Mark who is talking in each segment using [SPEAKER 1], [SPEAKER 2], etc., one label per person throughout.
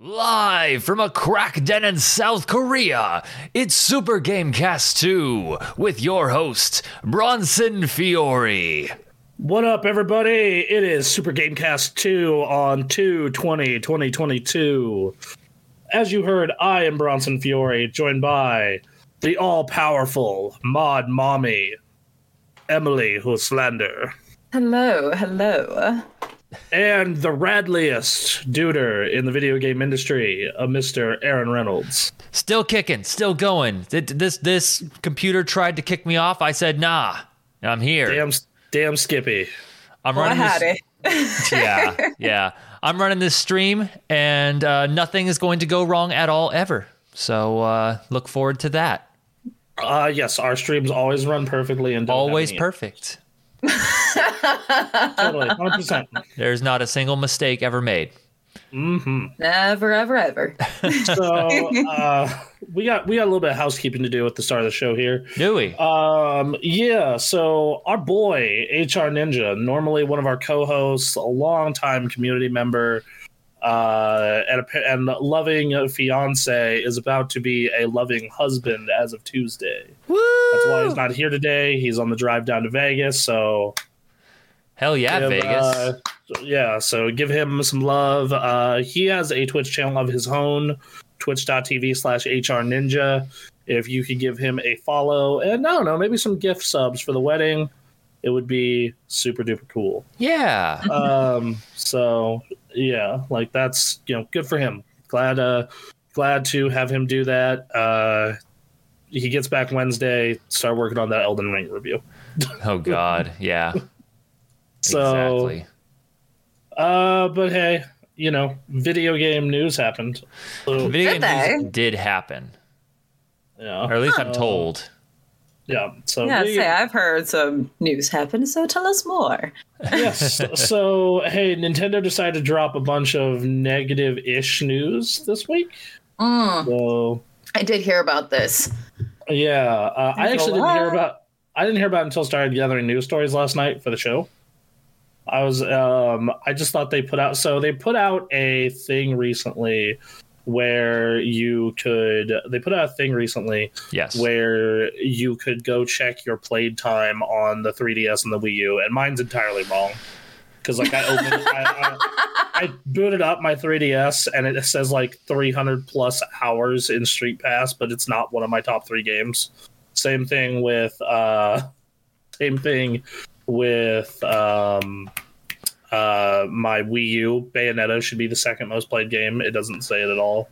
[SPEAKER 1] Live from a crack den in South Korea, it's Super Gamecast 2 with your host, Bronson Fiore.
[SPEAKER 2] What up, everybody? It is Super Gamecast 2 on 2 20 2022. As you heard, I am Bronson Fiore, joined by the all powerful Mod Mommy, Emily Huslander,
[SPEAKER 3] Hello, hello.
[SPEAKER 2] and the radliest duder in the video game industry, a Mr. Aaron Reynolds.
[SPEAKER 1] Still kicking, still going. Th- This this computer tried to kick me off. I said, "Nah, I'm here.
[SPEAKER 2] Damn, damn Skippy.
[SPEAKER 1] I'm
[SPEAKER 3] I
[SPEAKER 1] running
[SPEAKER 3] had
[SPEAKER 1] this.
[SPEAKER 3] it.
[SPEAKER 1] Yeah, yeah. I'm running this stream, and uh, nothing is going to go wrong at all ever. So uh, look forward to that.
[SPEAKER 2] Uh, yes, our streams always run perfectly and don't have
[SPEAKER 1] Always
[SPEAKER 2] any-
[SPEAKER 1] perfect.
[SPEAKER 2] Totally, 100%.
[SPEAKER 1] There's not a single mistake ever made.
[SPEAKER 3] Never, ever, ever.
[SPEAKER 2] So uh, we got we got a little bit of housekeeping to do at the start of the show here.
[SPEAKER 1] Do we?
[SPEAKER 2] Um, yeah, so our boy HR Ninja, normally one of our co-hosts, a longtime community member, uh, and a, and loving fiance is about to be a loving husband as of Tuesday.
[SPEAKER 1] Woo!
[SPEAKER 2] That's why he's not here today. He's on the drive down to Vegas, so
[SPEAKER 1] Hell yeah,
[SPEAKER 2] give,
[SPEAKER 1] Vegas.
[SPEAKER 2] uh, yeah, so give him some love. Uh, he has a Twitch channel of his own, twitch.tv slash HR Ninja. If you could give him a follow and I don't know, maybe some gift subs for the wedding, it would be super duper cool.
[SPEAKER 1] yeah.
[SPEAKER 2] Um, so yeah, like that's you know, good for him. Glad uh glad to have him do that. Uh he gets back Wednesday, start working on that Elden Ring review.
[SPEAKER 1] Oh God. Yeah.
[SPEAKER 2] So
[SPEAKER 1] exactly.
[SPEAKER 2] Uh, but hey, you know, video game news happened. So,
[SPEAKER 1] Video
[SPEAKER 3] Did
[SPEAKER 1] game news did happen, or
[SPEAKER 2] yeah,
[SPEAKER 1] at least I'm told.
[SPEAKER 2] yeah. So
[SPEAKER 3] Yeah,
[SPEAKER 2] video-
[SPEAKER 3] say I've heard some news happen, so tell us more.
[SPEAKER 2] yes. So hey, Nintendo decided to drop a bunch of negative-ish news this week.
[SPEAKER 3] Mm,
[SPEAKER 2] So
[SPEAKER 3] I did hear about this.
[SPEAKER 2] yeah, uh, I
[SPEAKER 3] There's a
[SPEAKER 2] actually didn't hear
[SPEAKER 3] lot.
[SPEAKER 2] about. I didn't hear about it until I started gathering news stories last night for the show. I was um I just thought they put out so they put out a thing recently where you could they put out a thing recently
[SPEAKER 1] Yes.
[SPEAKER 2] where you could go check your played time on the 3DS and the Wii U, and mine's entirely wrong. Because like I opened, I, I, I booted up my 3DS and it says like 300 plus hours in Street Pass, but it's not one of my top three games. Same thing with, uh, same thing with um, uh, my Wii U. Bayonetta should be the second most played game. It doesn't say it at all.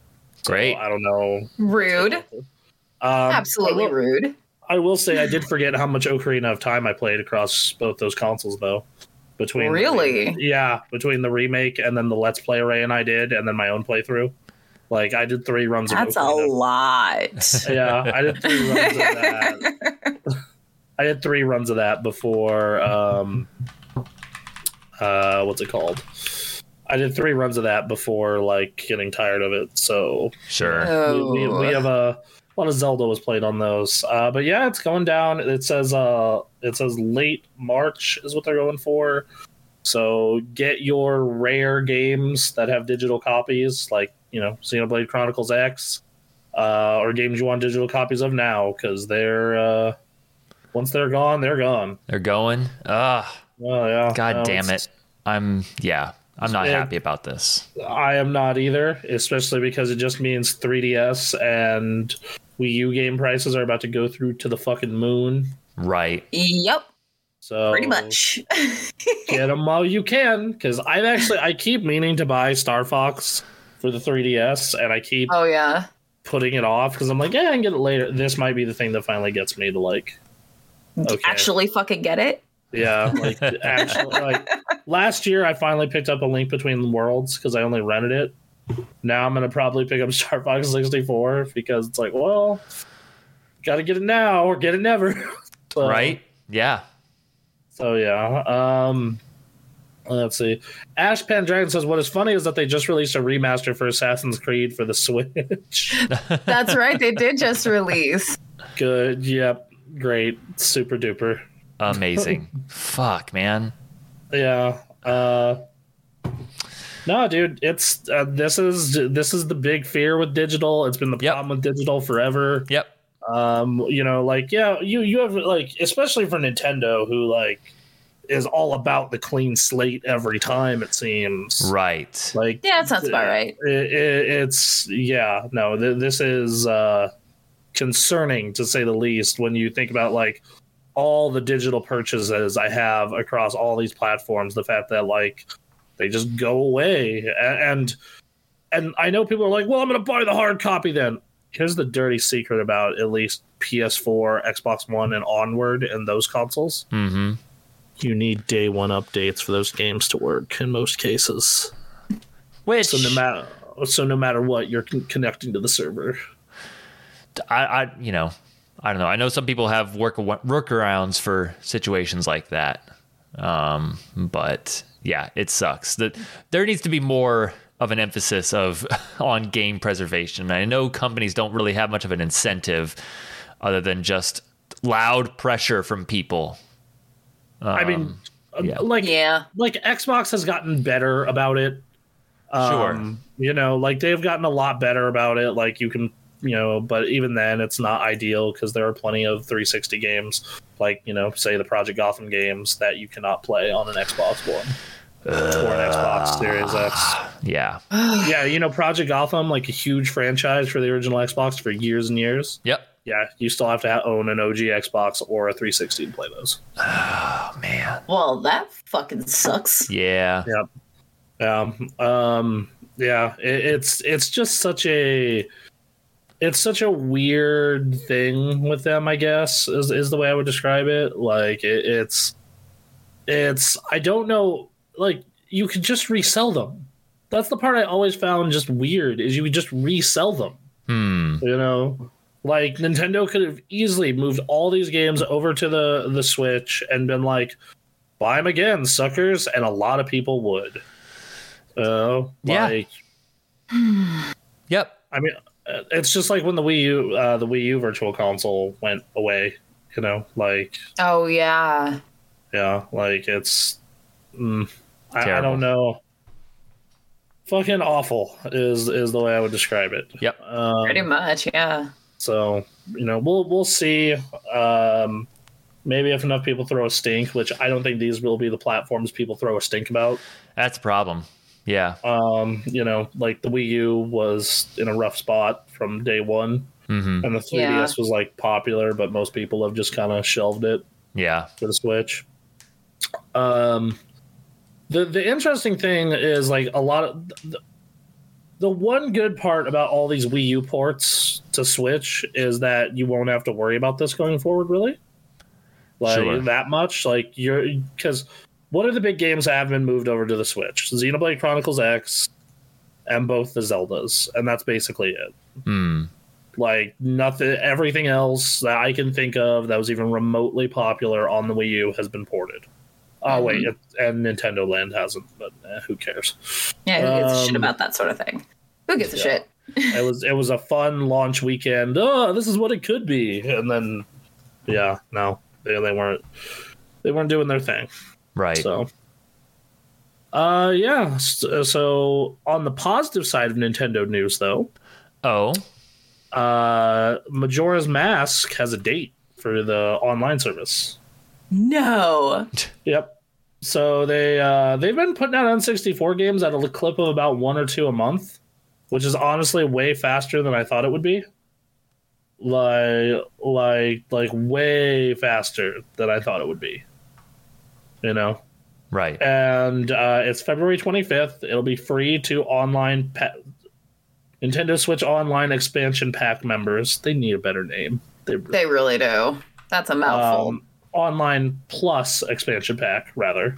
[SPEAKER 1] Great.
[SPEAKER 2] I don't know.
[SPEAKER 3] Rude.
[SPEAKER 2] Um,
[SPEAKER 3] Absolutely
[SPEAKER 2] I will-
[SPEAKER 3] rude.
[SPEAKER 2] I will say I did forget how much Ocarina of Time I played across both those consoles, though. Between the-
[SPEAKER 3] Really?
[SPEAKER 2] yeah, between the remake and then the Let's Play array, and I did, and then my own playthrough. Like I did three runs. of
[SPEAKER 3] That's a
[SPEAKER 2] Ocarina.
[SPEAKER 3] lot.
[SPEAKER 2] Yeah, I did three runs of that. I did three runs of that before. Um, uh, what's it called? I did three runs of that before, like getting tired of it. So
[SPEAKER 1] Sure.
[SPEAKER 3] Oh.
[SPEAKER 2] we, we, we have a, a lot of Zelda was played on those, uh, but yeah, it's going down. It says uh, it says late March is what they're going for. So get your rare games that have digital copies, like you know, Xenoblade Chronicles X, uh, or games you want digital copies of now, because they're uh, once they're gone, they're gone.
[SPEAKER 1] They're going. Ugh.
[SPEAKER 2] Oh yeah,
[SPEAKER 1] God
[SPEAKER 2] No,
[SPEAKER 1] damn
[SPEAKER 2] it's-
[SPEAKER 1] it. I'm. Yeah. I'm not
[SPEAKER 2] Yeah.
[SPEAKER 1] happy about this.
[SPEAKER 2] I am not either, especially because it just means 3DS and Wii U game prices are about to go through to the fucking moon.
[SPEAKER 1] Right.
[SPEAKER 3] Yep,
[SPEAKER 2] So
[SPEAKER 3] pretty much.
[SPEAKER 2] get them while you can, because I've actually I keep meaning to buy Star Fox for the 3DS, and I keep
[SPEAKER 3] Oh, yeah.
[SPEAKER 2] putting it off because I'm like, yeah, I can get it later. This might be the thing that finally gets me to like, okay,
[SPEAKER 3] Actually, fucking get it.
[SPEAKER 2] yeah, like actually, like last year I finally picked up a Link Between Worlds because I only rented it. Now I'm gonna probably pick up Star Fox 64 because it's like, well, gotta get it now or get it never, So-
[SPEAKER 1] Right. Yeah.
[SPEAKER 2] So yeah. Um let's see. Ash Pandragon says what is funny is that they just released a remaster for Assassin's Creed for the Switch.
[SPEAKER 3] That's right. They did just release.
[SPEAKER 2] Good. Yep. Great. Super duper.
[SPEAKER 1] Amazing. Fuck, man.
[SPEAKER 2] Yeah. Uh No, dude, it's uh, this is this is the big fear with digital. It's been the
[SPEAKER 1] Yep.
[SPEAKER 2] problem with digital forever.
[SPEAKER 1] Yep.
[SPEAKER 2] Um, you know, like yeah, you you have like especially for Nintendo, who like is all about the clean slate every time. It seems
[SPEAKER 1] Right.
[SPEAKER 2] like
[SPEAKER 3] Yeah, that sounds about right.
[SPEAKER 2] it, it, it's yeah no th- this is uh concerning to say the least when you think about like all the digital purchases i have across all these platforms the fact that like they just go away A- and and i know people are like well i'm gonna buy the hard copy then here's the dirty secret about at least ps4 xbox one and onward and those consoles
[SPEAKER 1] Mm-hmm.
[SPEAKER 2] Hmm. you need day one updates for those games to work in most cases
[SPEAKER 1] Which
[SPEAKER 2] so no matter so no matter what, you're con- connecting to the server.
[SPEAKER 1] I, I, you know, I don't know. I know some people have work workarounds for situations like that, um, but yeah, it sucks. That there needs to be more of an emphasis of on game preservation. I know companies don't really have much of an incentive other than just loud pressure from people.
[SPEAKER 2] I mean, uh,
[SPEAKER 1] Um, yeah.
[SPEAKER 2] like
[SPEAKER 3] Yeah.
[SPEAKER 2] like Xbox has gotten better about it. Um,
[SPEAKER 1] Sure.
[SPEAKER 2] You know, like they've gotten a lot better about it. Like you can, you know, but even then, it's not ideal because there are plenty of 360 games, like you know, say the Project Gotham games that you cannot play on an Xbox One or an Xbox Series X.
[SPEAKER 1] Yeah.
[SPEAKER 2] Yeah, you know, Project Gotham, like a huge franchise for the original Xbox for years and years.
[SPEAKER 1] Yep.
[SPEAKER 2] yeah, you still have to ha- own an OG Xbox or a 360 to play those.
[SPEAKER 1] Oh man.
[SPEAKER 3] Well, that fucking sucks.
[SPEAKER 1] Yeah.
[SPEAKER 2] Yep. Um, um, yeah, it, it's it's just such a it's such a weird thing with them. I guess is is the way I would describe it. Like it, it's it's I don't know. Like you could just resell them. That's the part I always found just weird is you would just resell them.
[SPEAKER 1] Hmm.
[SPEAKER 2] You know, like Nintendo could have easily moved all these games over to the the Switch and been like, "Buy them again, suckers," and a lot of people would. Oh,
[SPEAKER 1] Yeah.
[SPEAKER 2] Like,
[SPEAKER 1] Yep.
[SPEAKER 2] I mean, uh, it's just like when the Wii U, uh, the Wii U Virtual Console went away. You know, like
[SPEAKER 3] Oh yeah.
[SPEAKER 2] yeah, like it's. Mm, I, I
[SPEAKER 1] Terrible.
[SPEAKER 2] don't know. Fucking awful is is the way I would describe it.
[SPEAKER 1] Yep.
[SPEAKER 2] Um,
[SPEAKER 3] Pretty much, yeah.
[SPEAKER 2] So you know, we'll we'll see. Um, maybe if enough people throw a stink, which I don't think these will be the platforms people throw a stink about.
[SPEAKER 1] That's a problem. Yeah.
[SPEAKER 2] Um, you know, like the Wii U was in a rough spot from day one,
[SPEAKER 1] Mm-hmm.
[SPEAKER 2] and the 3ds
[SPEAKER 3] Yeah.
[SPEAKER 2] was like popular, but most people have just kind of shelved it
[SPEAKER 1] Yeah.
[SPEAKER 2] for the Switch. Um, the the interesting thing is like a lot of the, the one good part about all these Wii U ports to Switch is that you won't have to worry about this going forward, really. Like
[SPEAKER 1] Sure.
[SPEAKER 2] that much, like you're because what are the big games that have been moved over to the Switch? Xenoblade Chronicles X and both the Zeldas, and that's basically it
[SPEAKER 1] Hmm.
[SPEAKER 2] like nothing everything else that i can think of that was even remotely popular on the wii u has been ported oh wait it, and nintendo land hasn't but eh, who cares
[SPEAKER 3] Yeah, who gives a
[SPEAKER 2] Um,
[SPEAKER 3] shit about that sort of thing? Who gives a
[SPEAKER 2] yeah.
[SPEAKER 3] shit?
[SPEAKER 2] it was it was a fun launch weekend oh this is what it could be and then yeah no they, they weren't they weren't doing their thing
[SPEAKER 1] Right.
[SPEAKER 2] So, uh, yeah. s- So, on the positive side of Nintendo news, though,
[SPEAKER 1] Oh.
[SPEAKER 2] uh, Majora's Mask has a date for the online service.
[SPEAKER 3] No.
[SPEAKER 2] Yep. So they uh, they've been putting out N64 games at a clip of about one or two a month, which is honestly way faster than I thought it would be. Like like like way faster than I thought it would be. You know,
[SPEAKER 1] Right.
[SPEAKER 2] and uh, it's February 25th. It'll be free to online pa- Nintendo Switch Online expansion pack members. They need a better name. They really
[SPEAKER 3] They really do. That's a mouthful.
[SPEAKER 2] um, online plus expansion pack rather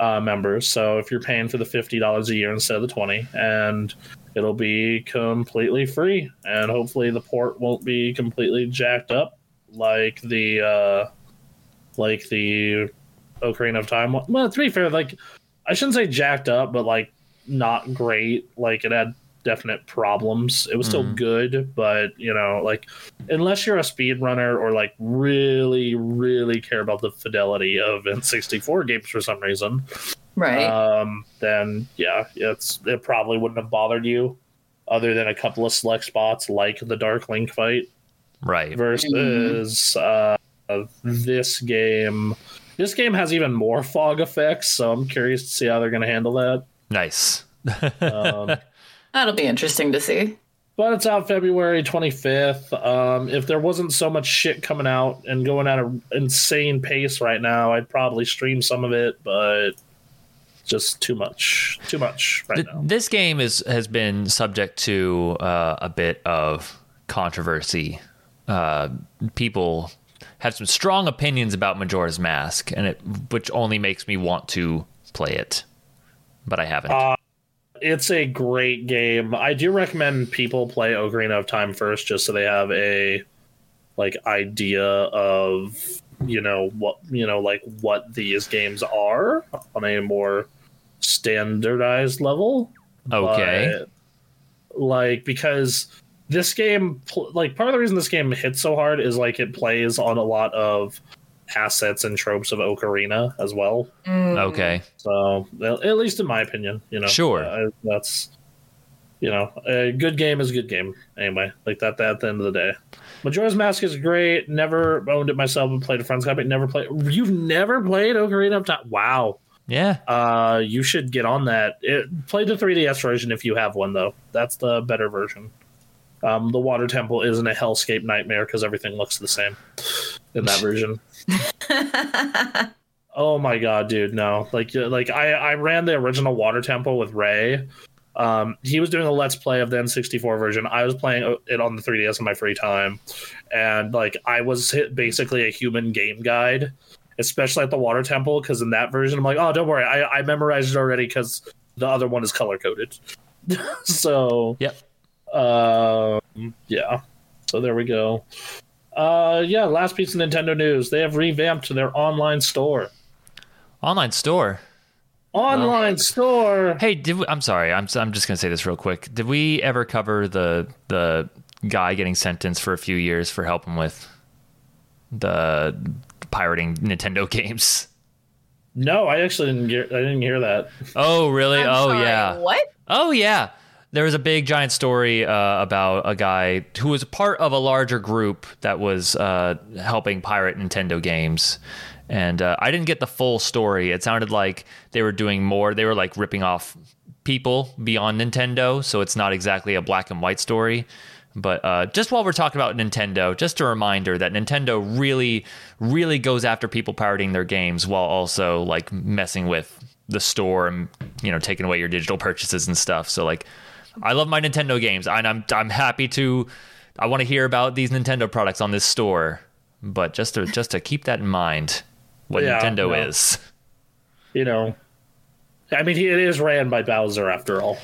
[SPEAKER 2] uh, members. So if you're paying for the fifty dollars a year instead of the twenty, and it'll be completely free, and hopefully the port won't be completely jacked up like the uh, like the Ocarina of Time. one. Well, to be fair, like I shouldn't say jacked up, but like not great. Like it had definite problems. It was still good, but you know, like unless you're a speedrunner or like really, really care about the fidelity of N64 games for some reason,
[SPEAKER 3] Right.
[SPEAKER 2] um, then yeah, it's it probably wouldn't have bothered you, other than a couple of select spots like the Dark Link fight
[SPEAKER 1] Right.
[SPEAKER 2] versus uh, this game. This game has even more fog effects, so I'm curious to see how they're going to handle that.
[SPEAKER 1] Nice.
[SPEAKER 2] Um,
[SPEAKER 3] That'll be interesting to see.
[SPEAKER 2] but it's out February 25th. Um, if there wasn't so much shit coming out and going at an insane pace right now, I'd probably stream some of it, but just too much. Too much right
[SPEAKER 1] Th-
[SPEAKER 2] now.
[SPEAKER 1] this game is has been subject to uh, a bit of controversy. Uh, people have some strong opinions about Majora's Mask, and it which only makes me want to play it, but I haven't.
[SPEAKER 2] Uh, it's a great game. I do recommend people play Ocarina of Time first, just so they have a like idea of you know what you know like what these games are on a more standardized level.
[SPEAKER 1] okay.
[SPEAKER 2] But, like because this game, pl- like part of the reason this game hits so hard is like it plays on a lot of assets and tropes of Ocarina as well.
[SPEAKER 1] Mm. okay.
[SPEAKER 2] So at at least in my opinion, you know,
[SPEAKER 1] Sure.
[SPEAKER 2] uh, that's you know, a good game is a good game anyway. Like that, that at the end of the day, Majora's Mask is great. Never owned it myself and played a friend's copy. Never played. You've never played Ocarina of Time? Wow.
[SPEAKER 1] Yeah.
[SPEAKER 2] Uh, you should get on that. It, play the 3DS version if you have one though. That's the better version. Um, the Water Temple isn't a hellscape nightmare because everything looks the same in that version. Oh my god, dude, no. Like uh, like I I ran the original Water Temple with Ray. Um, he was doing a let's play of the N64 version. I was playing uh, it on the 3DS in my free time. And like I was hit basically a human game guide, especially at the Water Temple cuz in that version I'm like, "Oh, don't worry. I I memorized it already cuz the other one is color coded." so,
[SPEAKER 1] Yep.
[SPEAKER 2] um, yeah. So there we go. Uh, yeah, last piece of Nintendo news. They have revamped their online store
[SPEAKER 1] Online store.
[SPEAKER 2] online store.
[SPEAKER 1] Hey, did we, I'm sorry. I'm I'm just gonna say this real quick. Did we ever cover the the guy getting sentenced for a few years for helping with the pirating Nintendo games?
[SPEAKER 2] No, I actually didn't hear. I didn't hear that.
[SPEAKER 1] Oh, really?
[SPEAKER 3] I'm
[SPEAKER 1] oh,
[SPEAKER 3] sorry,
[SPEAKER 1] yeah.
[SPEAKER 3] What?
[SPEAKER 1] Oh, yeah. There was a big giant story uh, about a guy who was part of a larger group that was uh, helping pirate Nintendo games. And uh, I didn't get the full story. It sounded like they were doing more. They were like ripping off people beyond Nintendo. So it's not exactly a black and white story. But uh, just while we're talking about Nintendo, just a reminder that Nintendo really, really goes after people pirating their games while also like messing with the store and you know taking away your digital purchases and stuff. So like, I love my Nintendo games, and I'm I'm happy to. I want to hear about these Nintendo products on this store, but just to just to keep that in mind, what
[SPEAKER 2] Yeah,
[SPEAKER 1] Nintendo
[SPEAKER 2] yeah.
[SPEAKER 1] is.
[SPEAKER 2] You know, I mean, he- it is ran by Bowser after all.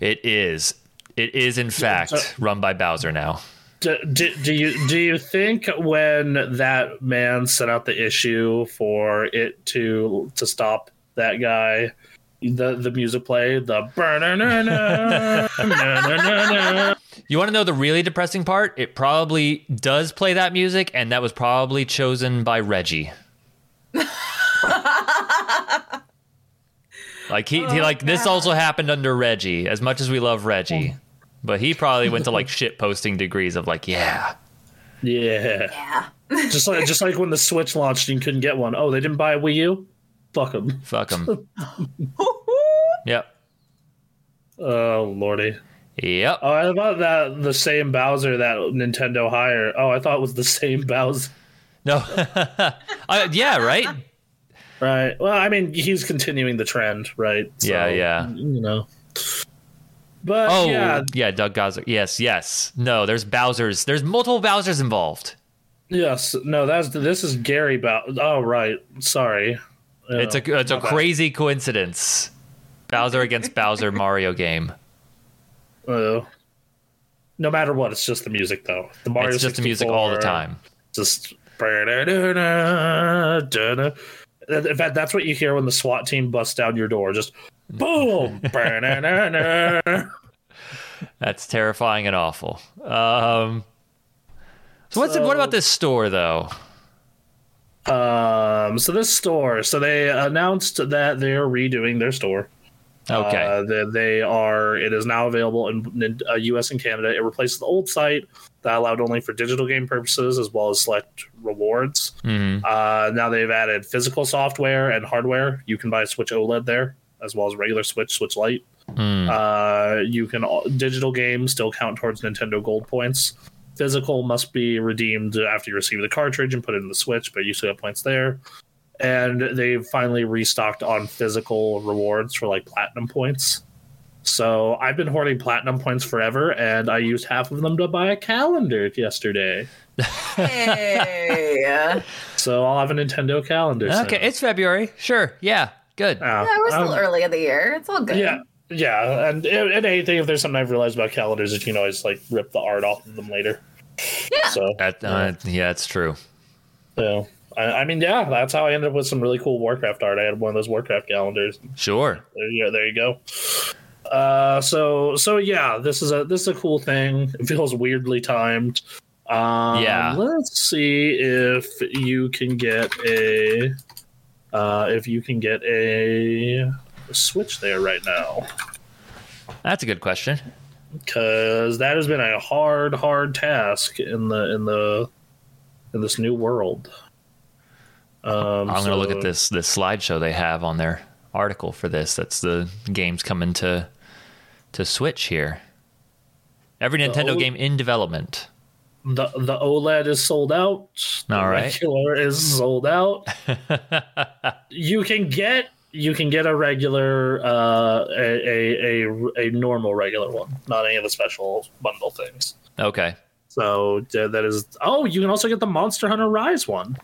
[SPEAKER 1] It is. It is in fact run by Bowser now.
[SPEAKER 2] Do, do, do you do you think when that man set out the issue for it to to stop that guy, the the music played the burner
[SPEAKER 1] You want to know the really depressing part? It probably does play that music, and that was probably chosen by Reggie. like he, he like this also happened under Reggie. As much as we love Reggie, but he probably went to like shit posting degrees of like, yeah,
[SPEAKER 2] yeah.
[SPEAKER 3] Yeah.
[SPEAKER 2] Just like just like when the Switch launched and you couldn't get one. Oh, they didn't buy a Wii U. Fuck them.
[SPEAKER 1] fuck him. yep,
[SPEAKER 2] Oh lordy.
[SPEAKER 1] yep.
[SPEAKER 2] Oh, I thought that the same Bowser that Nintendo hired. Oh, I thought it was the same Bowser.
[SPEAKER 1] No, Uh, yeah, right.
[SPEAKER 2] Right. Well, I mean, he's continuing the trend, right? So,
[SPEAKER 1] Yeah, yeah.
[SPEAKER 2] You know. But
[SPEAKER 1] Oh, yeah,
[SPEAKER 2] yeah,
[SPEAKER 1] Doug Gozer. Yes, yes. No, there's Bowser's. There's multiple Bowser's involved.
[SPEAKER 2] yes, no, that's this is Gary Bowser. Oh, right. Sorry. Yeah.
[SPEAKER 1] It's a it's a
[SPEAKER 2] Okay.
[SPEAKER 1] crazy coincidence. Bowser against Bowser Mario game.
[SPEAKER 2] Oh. no matter what, it's just the music though. The Mario
[SPEAKER 1] it's just the music all the
[SPEAKER 2] 64,
[SPEAKER 1] time.
[SPEAKER 2] Just. In fact, that's what you hear when the SWAT team busts down your door. Just boom.
[SPEAKER 1] That's terrifying and awful. Um, so what's
[SPEAKER 2] So-
[SPEAKER 1] what about this store though?
[SPEAKER 2] Um, so this store, so they announced that they're redoing their store.
[SPEAKER 1] Okay,
[SPEAKER 2] Uh, they, they are. It is now available in, in uh, U.S. and Canada. It replaces the old site that allowed only for digital game purposes as well as select rewards.
[SPEAKER 1] Mhm.
[SPEAKER 2] Uh, now they've added physical software and hardware. You can buy Switch OLED there as well as regular Switch, Switch Lite.
[SPEAKER 1] Mm.
[SPEAKER 2] Uh, you can al- digital games still count towards Nintendo Gold points. Physical must be redeemed after you receive the cartridge and put it in the Switch, but you still have points there. And they've finally restocked on physical rewards for like platinum points. So I've been hoarding platinum points forever, and I used half of them to buy a calendar yesterday.
[SPEAKER 3] Hey. yeah,
[SPEAKER 2] So I'll have a Nintendo calendar. soon.
[SPEAKER 1] okay, it's February. Sure, yeah, good.
[SPEAKER 2] Yeah,
[SPEAKER 3] we're still
[SPEAKER 2] um,
[SPEAKER 3] early in the year. It's all good.
[SPEAKER 2] Yeah, yeah, and, and anything if there's something I've realized about calendars is you can always like rip the art off of them later.
[SPEAKER 3] Yeah.
[SPEAKER 2] So
[SPEAKER 1] That, uh, yeah, it's true.
[SPEAKER 2] so, I, I mean, yeah, that's how I ended up with some really cool Warcraft art. I had one of those Warcraft calendars.
[SPEAKER 1] Sure.
[SPEAKER 2] There you go. There you go. Uh, so so yeah, this is a this is a cool thing. It feels weirdly timed. Um,
[SPEAKER 1] Yeah.
[SPEAKER 2] Let's see if you can get a uh, if you can get a switch there right now.
[SPEAKER 1] That's a good question.
[SPEAKER 2] because that has been a hard, hard task in the in the in this new world. Um,
[SPEAKER 1] I'm gonna look
[SPEAKER 2] so-
[SPEAKER 1] at this this slideshow they have on their article for this. That's the games coming to to Switch here. Every Nintendo
[SPEAKER 2] old-
[SPEAKER 1] game in development.
[SPEAKER 2] The the OLED is sold out. The
[SPEAKER 1] All right.
[SPEAKER 2] regular is sold out. you can get you can get a regular uh, a, a a a normal regular one, not any of the special bundle things.
[SPEAKER 1] Okay.
[SPEAKER 2] So uh, that is. Oh, you can also get the Monster Hunter Rise one.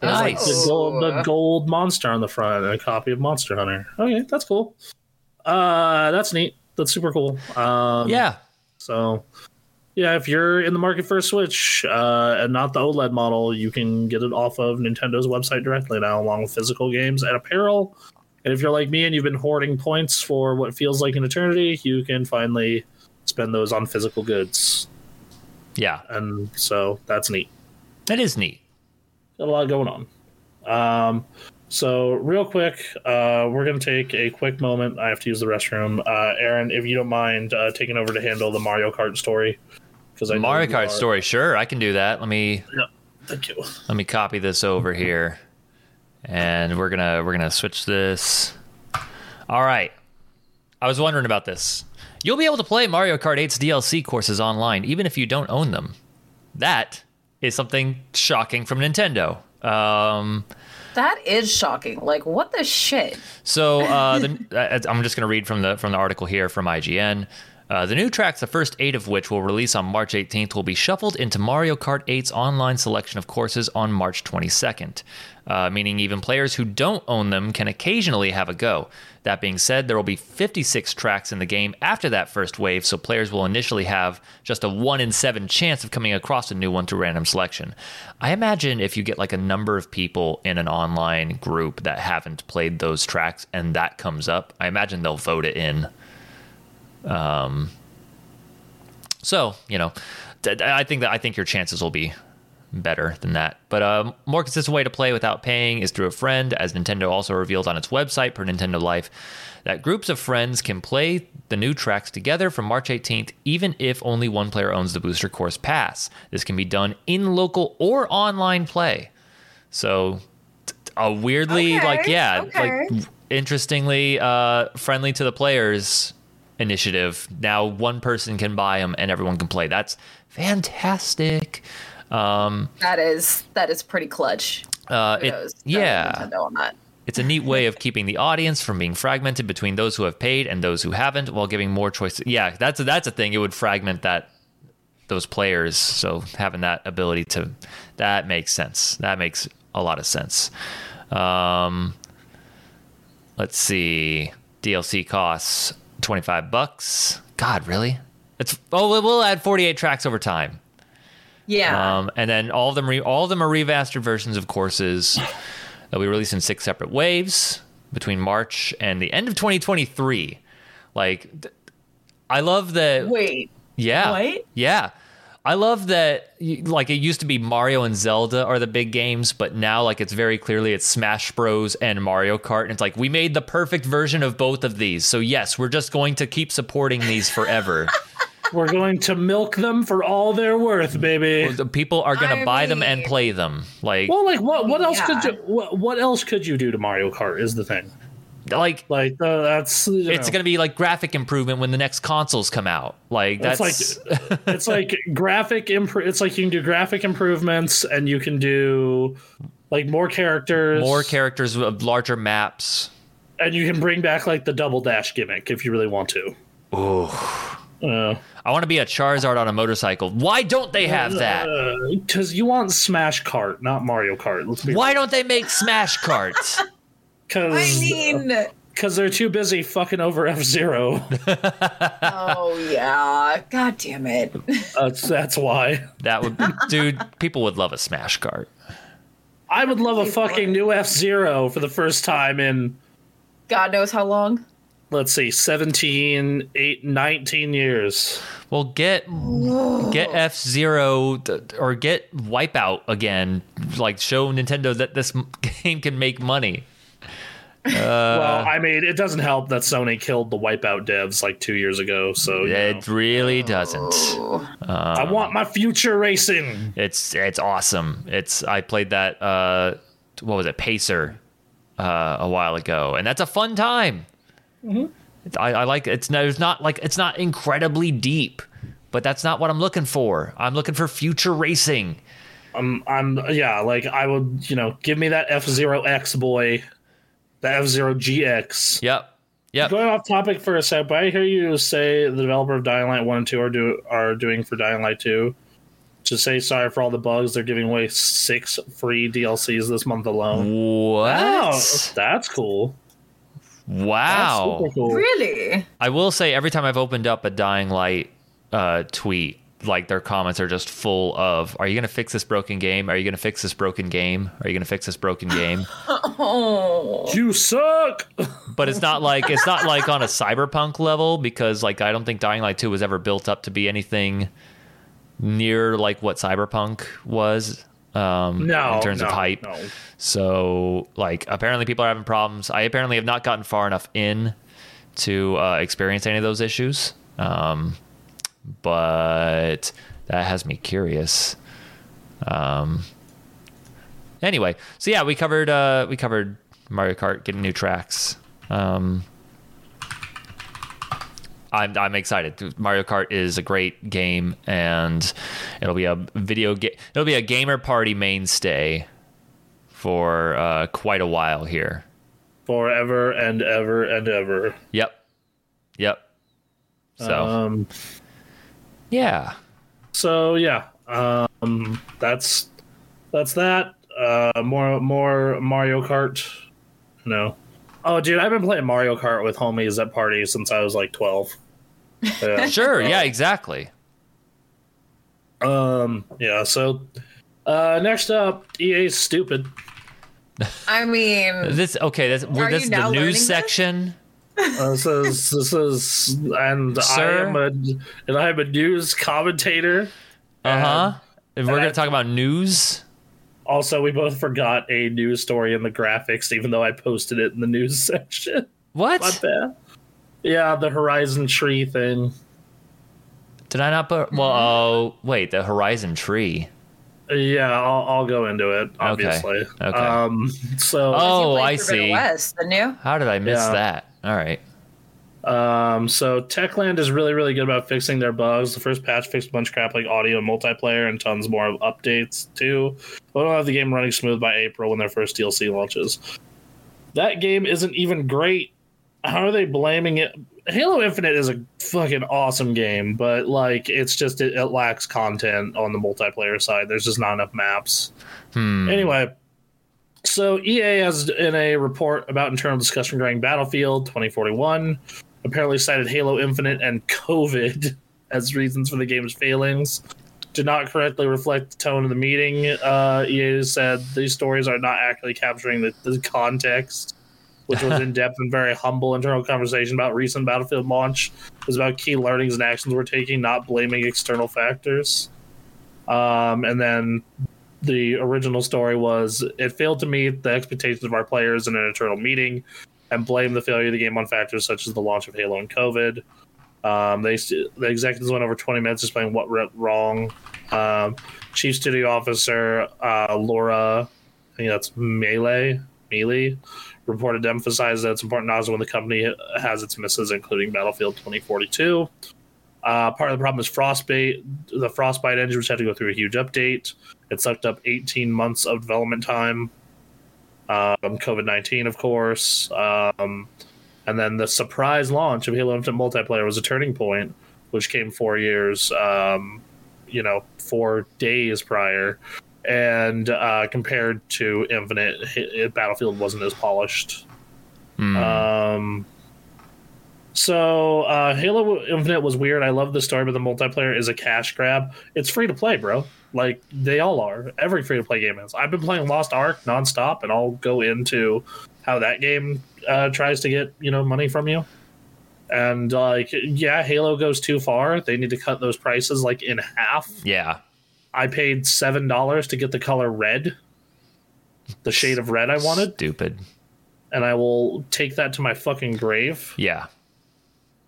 [SPEAKER 2] It has, like,
[SPEAKER 1] Nice.
[SPEAKER 2] the, gold, the gold monster on the front and a copy of Monster Hunter. Okay, that's cool. Uh, that's neat. That's super cool. Um,
[SPEAKER 1] Yeah.
[SPEAKER 2] So, yeah, if you're in the market for a Switch uh, and not the OLED model, you can get it off of Nintendo's website directly now, along with physical games and apparel. And if you're like me and you've been hoarding points for what feels like an eternity, you can finally spend those on physical goods.
[SPEAKER 1] Yeah.
[SPEAKER 2] And so that's neat.
[SPEAKER 1] That is neat.
[SPEAKER 2] Got a lot going on. Um, so real quick, uh, we're gonna take a quick moment. I have to use the restroom. Uh, Aaron, if you don't mind uh, taking over to handle the Mario Kart story, because
[SPEAKER 1] The Mario Kart story, sure, I can do that. Let me
[SPEAKER 2] Thank you.
[SPEAKER 1] let me copy this over here. And we're gonna we're gonna switch this. All right. I was wondering about this. You'll be able to play Mario Kart 8's DLC courses online, even if you don't own them. That is something shocking from Nintendo. Um,
[SPEAKER 3] That is shocking. Like, what the shit?
[SPEAKER 1] so uh, the, I- I'm just going to read from the from the article here from IGN. Uh, the new tracks, the first eight of which will release on March 18th, will be shuffled into Mario Kart 8's online selection of courses on March 22nd, uh, meaning even players who don't own them can occasionally have a go. That being said, there will be 56 tracks in the game after that first wave, so players will initially have just a 1 in 7 chance of coming across a new one through random selection. I imagine if you get like a number of people in an online group that haven't played those tracks and that comes up, I imagine they'll vote it in. Um, so, you know, th- I think that I think your chances will be better than that. But a more consistent way to play without paying is through a friend, as Nintendo also revealed on its website per Nintendo Life, that groups of friends can play the new tracks together from March 18th, even if only one player owns the booster course pass. This can be done in local or online play. So, t- t- a weirdly,
[SPEAKER 3] Okay,
[SPEAKER 1] like, yeah,
[SPEAKER 3] okay.
[SPEAKER 1] like interestingly uh, friendly to the players initiative. Now one person can buy them and everyone can play. That's fantastic.
[SPEAKER 3] That is that is pretty clutch.
[SPEAKER 1] Uh, it-
[SPEAKER 3] Kudos to
[SPEAKER 1] yeah,
[SPEAKER 3] Nintendo on that.
[SPEAKER 1] it's a neat way of keeping the audience from being fragmented between those who have paid and those who haven't, while giving more choice. Yeah, that's a, that's a thing. It would fragment that those players. So having that ability to that makes sense. That makes a lot of sense. Um, let's see. DLC costs twenty five bucks. God, really? It's oh, we'll- we'll add forty eight tracks over time.
[SPEAKER 3] Yeah.
[SPEAKER 1] Um, and then all of them, re- all of them are remastered versions of courses that we release in six separate waves between March and the end of 2023. Like, th- I love that.
[SPEAKER 3] Wait.
[SPEAKER 1] Yeah.
[SPEAKER 3] What?
[SPEAKER 1] Yeah. I love that y- like it used to be Mario and Zelda are the big games, but now like it's very clearly it's Smash Bros and Mario Kart and it's like we made the perfect version of both of these. So yes, we're just going to keep supporting these forever.
[SPEAKER 2] We're going to milk them for all they're worth, baby.
[SPEAKER 1] The People are going
[SPEAKER 3] I
[SPEAKER 1] to buy them and
[SPEAKER 3] mean-
[SPEAKER 1] play them. Like
[SPEAKER 2] Well, like what? What else could
[SPEAKER 3] Yeah.
[SPEAKER 2] you? What, what else could you do to Mario Kart? Is the thing.
[SPEAKER 1] like
[SPEAKER 2] Like uh, that's. You
[SPEAKER 1] it's
[SPEAKER 2] know,
[SPEAKER 1] going to be like graphic improvement when the next consoles come out. Like that's
[SPEAKER 2] It's like it's like graphic improve. It's like you can do graphic improvements, and you can do like more characters,
[SPEAKER 1] more characters with larger maps.
[SPEAKER 2] and you can bring back like the double dash gimmick if you really want to.
[SPEAKER 1] I want to be a Charizard on a motorcycle. Why don't they have that?
[SPEAKER 2] Because you want Smash Kart, not Mario Kart. Let's be
[SPEAKER 1] Why don't they make Smash Kart?
[SPEAKER 3] I
[SPEAKER 2] Because
[SPEAKER 3] mean,
[SPEAKER 2] because they're too busy fucking over F Zero.
[SPEAKER 3] oh yeah. God damn it.
[SPEAKER 2] that's, that's why.
[SPEAKER 1] That would, dude, people would love a Smash cart.
[SPEAKER 2] I would love a fucking new F Zero for the first time in
[SPEAKER 3] God knows how long.
[SPEAKER 2] let's see 17 8 19 years
[SPEAKER 1] Well, get get F Zero or get Wipeout again. Like show Nintendo that this m- game can make money.
[SPEAKER 2] well i mean it doesn't help that sony killed the wipeout devs like two years ago so you know.
[SPEAKER 1] It really doesn't.
[SPEAKER 3] Ooh.
[SPEAKER 2] i want my future racing
[SPEAKER 1] It's it's awesome. It's I played that. Uh, what was it, Pacer, uh, a while ago, and that's a fun time.
[SPEAKER 2] Mm-hmm.
[SPEAKER 1] It's- I, I like it's no, it's not like it's not incredibly deep, but that's not what I'm looking for. I'm looking for future racing.
[SPEAKER 2] i'm yeah like i would you know give me that f-zero x boy the f-zero gx
[SPEAKER 1] Yep, yep.
[SPEAKER 2] Going off topic for a sec, but I hear you say the developer of Dying Light One and Two are do are doing for Dying Light Two to say sorry for all the bugs. They're giving away six free DLCs this month alone. Wow,
[SPEAKER 1] What?
[SPEAKER 2] that's cool. That's
[SPEAKER 1] Wow.
[SPEAKER 2] super cool.
[SPEAKER 3] Really?
[SPEAKER 1] I will say every time I've opened up a Dying Light uh, tweet, like their comments are just full of "Are you gonna fix this broken game? Are you gonna fix this broken game? Are you gonna fix this broken game?"
[SPEAKER 3] Oh.
[SPEAKER 2] You suck.
[SPEAKER 1] but it's not like it's not like on a cyberpunk level because like I don't think Dying Light 2 was ever built up to be anything near like what cyberpunk was um
[SPEAKER 2] No,
[SPEAKER 1] in terms of
[SPEAKER 2] no,
[SPEAKER 1] hype
[SPEAKER 2] no.
[SPEAKER 1] so like apparently people are having problems i apparently have not gotten far enough in to uh, experience any of those issues um but that has me curious um anyway so yeah we covered uh we covered mario kart getting new tracks um I'm, I'm excited. Mario Kart is a great game, and it'll be a video game. It'll be a gamer party mainstay for uh, quite a while here.
[SPEAKER 2] Forever and ever and ever.
[SPEAKER 1] Yep, yep. So
[SPEAKER 2] Um.
[SPEAKER 1] yeah,
[SPEAKER 2] So yeah. Um. That's that's that. Uh. More more Mario Kart. No. Oh, dude, I've been playing Mario Kart with homies at parties since I was like twelve. Yeah.
[SPEAKER 1] sure. Yeah, exactly.
[SPEAKER 2] um. Yeah. So. Uh, next up, EA's stupid.
[SPEAKER 3] I mean,
[SPEAKER 1] This okay. This, we're,
[SPEAKER 3] Are you
[SPEAKER 1] this is
[SPEAKER 3] now
[SPEAKER 1] the
[SPEAKER 3] learning
[SPEAKER 1] news
[SPEAKER 3] this?
[SPEAKER 1] section.
[SPEAKER 2] Uh, this is this is, and
[SPEAKER 1] Sir?
[SPEAKER 2] I am a and I am a news commentator.
[SPEAKER 1] Uh huh. We're gonna
[SPEAKER 2] I-
[SPEAKER 1] talk about news.
[SPEAKER 2] Also, we both forgot a news story in the graphics, even though I posted it in the news section. My
[SPEAKER 1] What
[SPEAKER 2] bad. Yeah, the Horizon Tree thing.
[SPEAKER 1] did I not put? Well, oh wait, the Horizon tree.
[SPEAKER 2] Yeah, I'll, I'll go into it, obviously.
[SPEAKER 1] Okay.
[SPEAKER 2] Um, so,
[SPEAKER 1] Oh,
[SPEAKER 3] you played
[SPEAKER 1] I
[SPEAKER 3] Forbidden
[SPEAKER 1] see.
[SPEAKER 3] West, didn't you?
[SPEAKER 1] How did I miss
[SPEAKER 2] Yeah.
[SPEAKER 1] that? All right.
[SPEAKER 2] um, so Techland is really, really good about fixing their bugs. The first patch fixed a bunch of crap like audio and multiplayer and tons more of updates, too. But we'll have the game running smooth by April when their first DLC launches. That game isn't even great. How are they blaming it? Halo Infinite is a fucking awesome game, but like it's just it, it lacks content on the multiplayer side. There's just not enough maps.
[SPEAKER 1] Hmm.
[SPEAKER 2] Anyway, so EA has in a report about internal discussion regarding Battlefield 2041 apparently cited Halo Infinite and COVID as reasons for the game's failings. Did not correctly reflect the tone of the E meeting. Uh, EA said these stories are not accurately capturing the, the context which was in depth and very humble internal conversation about recent Battlefield launch. It was about key learnings and actions we're taking, not blaming external factors. Um, and then the original story was it failed to meet the expectations of our players in an internal meeting and blamed the failure of the game on factors such as the launch of Halo and COVID. Um, they the executives went over 20 minutes explaining what went wrong. Um, Chief Studio Officer uh, Laura, I think that's Melee, Mealy, reported to emphasize that it's important not to when the company has its misses, including Battlefield 2042. Uh, part of the problem is frostbite. The frostbite engine, which had to go through a huge update, it sucked up 18 months of development time. Um, COVID 19, of course. Um, and then the surprise launch of Halo Infinite multiplayer was a turning point, which came four years, um, you know, four days prior. And uh, compared to Infinite, H- Battlefield wasn't as polished.
[SPEAKER 1] Hmm.
[SPEAKER 2] Um, so uh, Halo Infinite was weird. I love the story, but the multiplayer is a cash grab. It's free to play, bro. Like they all are. Every free to play game is. I've been playing Lost Ark nonstop, and I'll go into how that game uh, tries to get you know money from you. And like, yeah, Halo goes too far. They need to cut those prices like in half.
[SPEAKER 1] yeah.
[SPEAKER 2] I paid seven dollars to get the color red, the shade of red I wanted,
[SPEAKER 1] Stupid.
[SPEAKER 2] and I will take that to my fucking grave.
[SPEAKER 1] Yeah.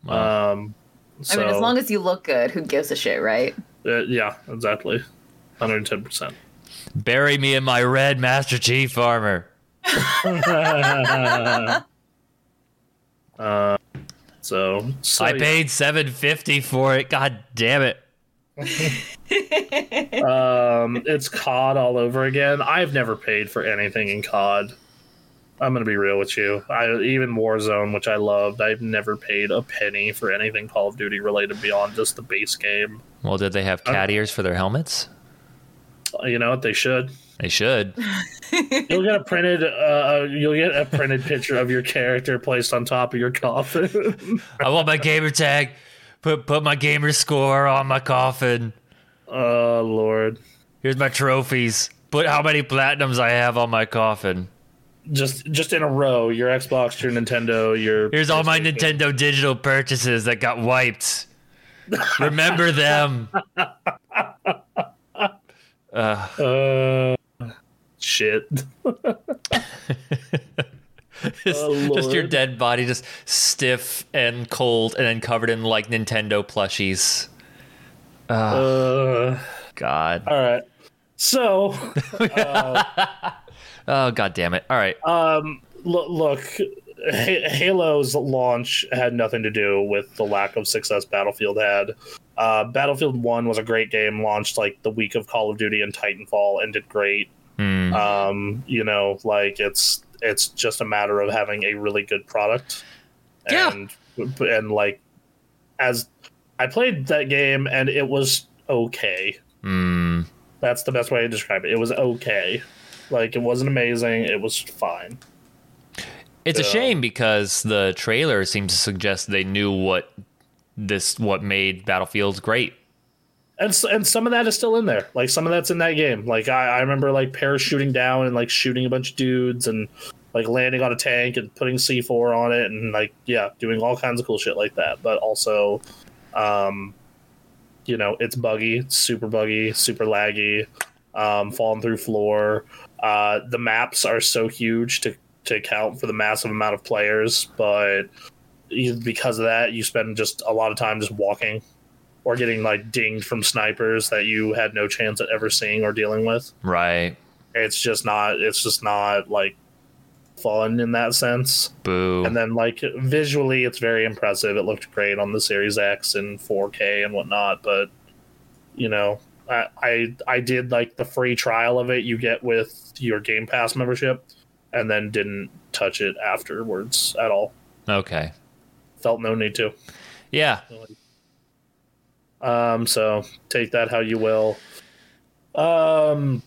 [SPEAKER 2] Um,
[SPEAKER 3] Uh-huh. I mean, as long as you look good, who gives a shit, right?
[SPEAKER 2] Uh, yeah, exactly. 110%.
[SPEAKER 1] Bury me in my red Master Chief armor.
[SPEAKER 2] So, so
[SPEAKER 1] I
[SPEAKER 2] Oh, yeah.
[SPEAKER 1] paid seven fifty for it. God damn it.
[SPEAKER 2] um, it's COD all over again. I've never paid for anything in COD. I'm going to be real with you. I Even Warzone, which I loved, I've never paid a penny for anything Call of Duty related beyond just the base game.
[SPEAKER 1] Well, did they have cat ears for their helmets?
[SPEAKER 2] Uh, You know what? They should.
[SPEAKER 1] They should.
[SPEAKER 2] You'll get a printed, uh, you'll get a printed picture of your character placed on top of your coffin.
[SPEAKER 1] I want my gamer tag. Put put my gamer score on my coffin.
[SPEAKER 2] oh Lord!
[SPEAKER 1] Here's my trophies. Put how many platinums I have on my coffin.
[SPEAKER 2] Just, just in a row. Your Xbox, your Nintendo, your
[SPEAKER 1] Here's all my Nintendo digital purchases that got wiped. Remember them.
[SPEAKER 2] Uh, shit.
[SPEAKER 1] just,
[SPEAKER 2] Oh,
[SPEAKER 1] just your
[SPEAKER 2] Lord.
[SPEAKER 1] dead body, just stiff and cold, and then covered in like Nintendo plushies. Ah.
[SPEAKER 2] Uh,
[SPEAKER 1] God.
[SPEAKER 2] all right. So,
[SPEAKER 1] Oh, god damn it. All right.
[SPEAKER 2] lo- look, Ha- Halo's launch had nothing to do with the lack of success Battlefield had. Uh, Battlefield One was a great game, launched like the week of Call of Duty and Titanfall, and did great.
[SPEAKER 1] Hmm.
[SPEAKER 2] Um, you know, like it's it's just a matter of having a really good product.
[SPEAKER 1] Yeah.
[SPEAKER 2] And and like as I played that game and it was okay.
[SPEAKER 1] Hmm.
[SPEAKER 2] That's the best way to describe it. It was okay. Like it wasn't amazing, it was fine.
[SPEAKER 1] It's a
[SPEAKER 2] So-
[SPEAKER 1] shame because the trailer seemed to suggest they knew what this what made Battlefield great.
[SPEAKER 2] And s- and some of that is still in there. Like some of that's in that game. Like I, I remember like parachuting down and like shooting a bunch of dudes and like landing on a tank and putting C4 on it and like yeah, doing all kinds of cool shit like that. But also um you know, it's buggy, it's super buggy, super laggy, um falling through floor. Uh the maps are so huge to to account for the massive amount of players, but you- because of that, you spend just a lot of time just walking or getting like dinged from snipers that you had no chance at ever seeing or dealing with.
[SPEAKER 1] Right.
[SPEAKER 2] It's just not. It's just not like fun in that sense.
[SPEAKER 1] Boo.
[SPEAKER 2] And then like visually, it's very impressive. It looked great on the Series X and 4K and whatnot. But you know, I I, I did like the free trial of it you get with your Game Pass membership, and then didn't touch it afterwards at all.
[SPEAKER 1] okay.
[SPEAKER 2] Felt no need to.
[SPEAKER 1] Yeah.
[SPEAKER 2] Um, so take that how you will. Um,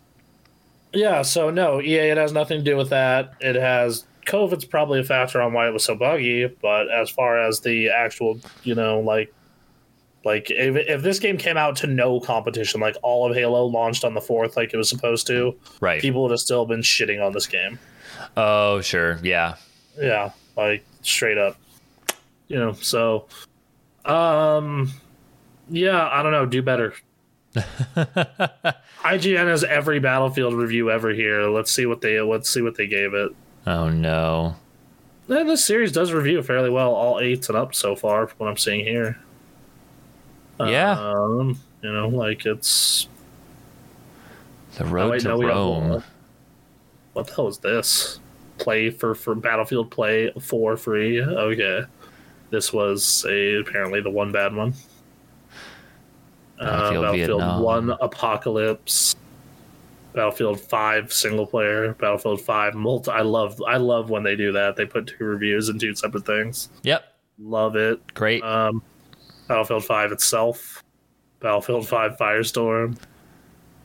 [SPEAKER 2] yeah, so no, EA, it has nothing to do with that. It has COVID's probably a factor on why it was so buggy, but as far as the actual, you know, like, like if, if this game came out to no competition, like all of Halo launched on the fourth, like it was supposed to,
[SPEAKER 1] Right.
[SPEAKER 2] people would have still been shitting on this game.
[SPEAKER 1] Oh, sure. Yeah.
[SPEAKER 2] Yeah, like straight up. You know, so um yeah, I don't know, do better. IGN has every Battlefield review ever here. Let's see what they let's see what they gave it.
[SPEAKER 1] Oh no.
[SPEAKER 2] And this series does review fairly well, all eights and up so far from what I'm seeing here.
[SPEAKER 1] Yeah.
[SPEAKER 2] Um, you know, like it's
[SPEAKER 1] The
[SPEAKER 2] Oh,
[SPEAKER 1] road
[SPEAKER 2] wait,
[SPEAKER 1] to
[SPEAKER 2] no, we got
[SPEAKER 1] Rome.
[SPEAKER 2] more. What the hell is this? Play for for Battlefield Play for free. Okay, this was a apparently the one bad one. Uh,
[SPEAKER 1] Battlefield
[SPEAKER 2] Battlefield
[SPEAKER 1] Vietnam.
[SPEAKER 2] One Apocalypse. Battlefield Five single player. Battlefield Five multi. I love I love when they do that. They put two reviews and two separate things.
[SPEAKER 1] Yep.
[SPEAKER 2] Love it.
[SPEAKER 1] Great.
[SPEAKER 2] Um, Battlefield 5 itself, Battlefield 5 Firestorm.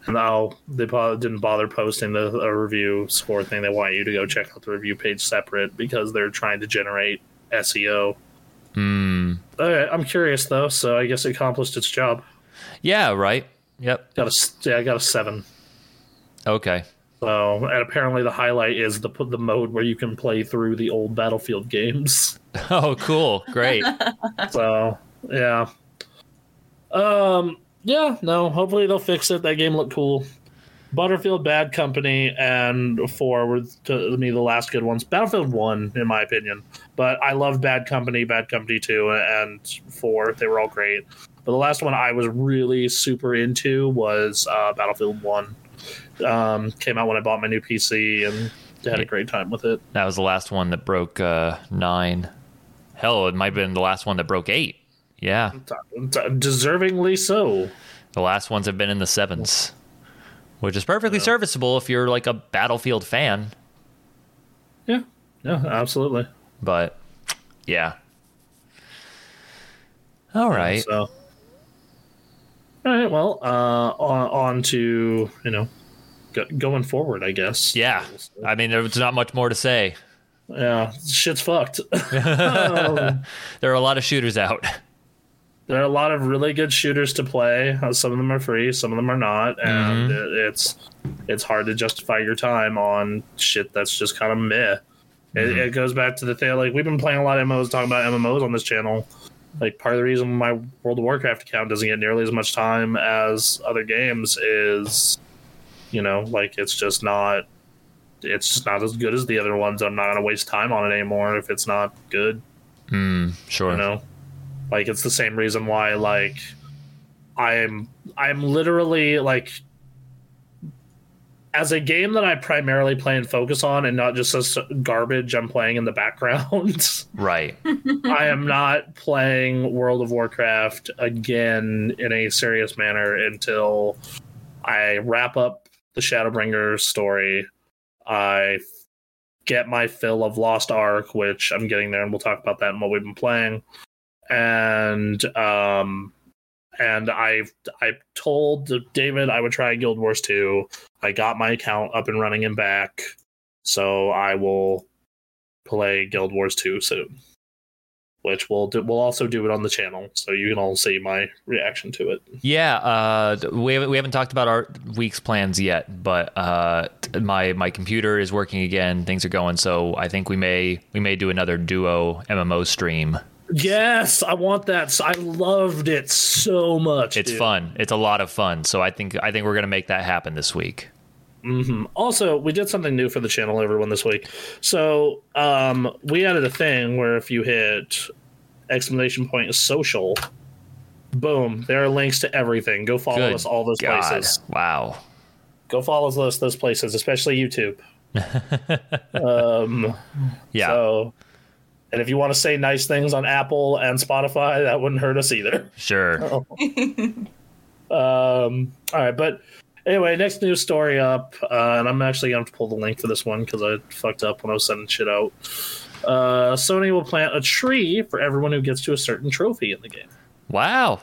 [SPEAKER 2] And now they probably didn't bother posting the a review score thing. They want you to go check out the review page separate because they're trying to generate SEO.
[SPEAKER 1] Hmm.
[SPEAKER 2] All right, I'm curious though, so I guess it accomplished its job.
[SPEAKER 1] Yeah, right. Yep.
[SPEAKER 2] Got a s- yeah, I got a seven.
[SPEAKER 1] Okay.
[SPEAKER 2] So and apparently the highlight is the the mode where you can play through the old Battlefield games.
[SPEAKER 1] Oh, cool. Great.
[SPEAKER 2] So yeah. Um. Yeah. No. Hopefully they'll fix it. That game looked cool. Butterfield Bad Company and four were to me the last good ones. Battlefield One, in my opinion, but I love Bad Company, Bad Company Two, and four. They were all great. But the last one I was really super into was uh, Battlefield One. Um, came out when I bought my new PC and had a great time with it.
[SPEAKER 1] That was the last one that broke uh, nine. Hell, it might have been the last one that broke eight. Yeah.
[SPEAKER 2] Deservingly so.
[SPEAKER 1] The last ones have been in the sevens, which is perfectly serviceable if you're like a Battlefield fan.
[SPEAKER 2] Yeah. Yeah. Absolutely.
[SPEAKER 1] But yeah. All right.
[SPEAKER 2] So, all right. Well, uh, on, on to you know, go, going forward, I guess.
[SPEAKER 1] Yeah. I mean, there's not much more to say.
[SPEAKER 2] Yeah. Shit's fucked.
[SPEAKER 1] There are a lot of shooters out.
[SPEAKER 2] there are a lot of really good shooters to play. Uh, Some of them are free, some of them are not, and it, it's it's hard to justify your time on shit that's just kind of meh. It, it goes back to the thing like we've been playing a lot of MMOs, talking about MMOs on this channel. Like part of the reason my World of Warcraft account doesn't get nearly as much time as other games is, you know, like it's just not. It's just not as good as the other ones. I'm not gonna waste time on it anymore if it's not good
[SPEAKER 1] Mm, sure.
[SPEAKER 2] you know like it's the same reason why like i'm i'm literally like as a game that i primarily play and focus on and not just as garbage i'm playing in the background
[SPEAKER 1] Right.
[SPEAKER 2] i am not playing world of warcraft again in a serious manner until i wrap up the shadowbringer story i get my fill of Lost Ark, which I'm getting there, and we'll talk about that and what we've been playing. And um, and I I told David I would try Guild Wars 2. I got my account up and running and back, so I will play Guild Wars 2 soon. Which we'll do, we'll also do it on the channel, so you can all see my reaction to it.
[SPEAKER 1] Yeah, uh, we haven't we haven't talked about our week's plans yet, but uh, t- my my computer is working again. Things are going, so I think we may we may do another duo MMO stream.
[SPEAKER 2] Yes, I want that. I loved it so much.
[SPEAKER 1] It's fun. It's a lot of fun. So I think I think we're gonna make that happen this week.
[SPEAKER 2] also we did something new for the channel everyone this week so um we added a thing where if you hit exclamation point social boom there are links to everything go follow
[SPEAKER 1] Good
[SPEAKER 2] us all those
[SPEAKER 1] God.
[SPEAKER 2] places
[SPEAKER 1] Wow.
[SPEAKER 2] go follow us those places especially youtube
[SPEAKER 1] Yeah.
[SPEAKER 2] so and if you want to say nice things on apple and spotify that wouldn't hurt us either
[SPEAKER 1] sure.
[SPEAKER 2] uh, Um, all right, but anyway, next news story up, uh, and I'm actually gonna have to pull the link for this one because I fucked up when I was sending shit out. Uh, Sony will plant a tree for everyone who gets to a certain trophy in the game.
[SPEAKER 1] Wow.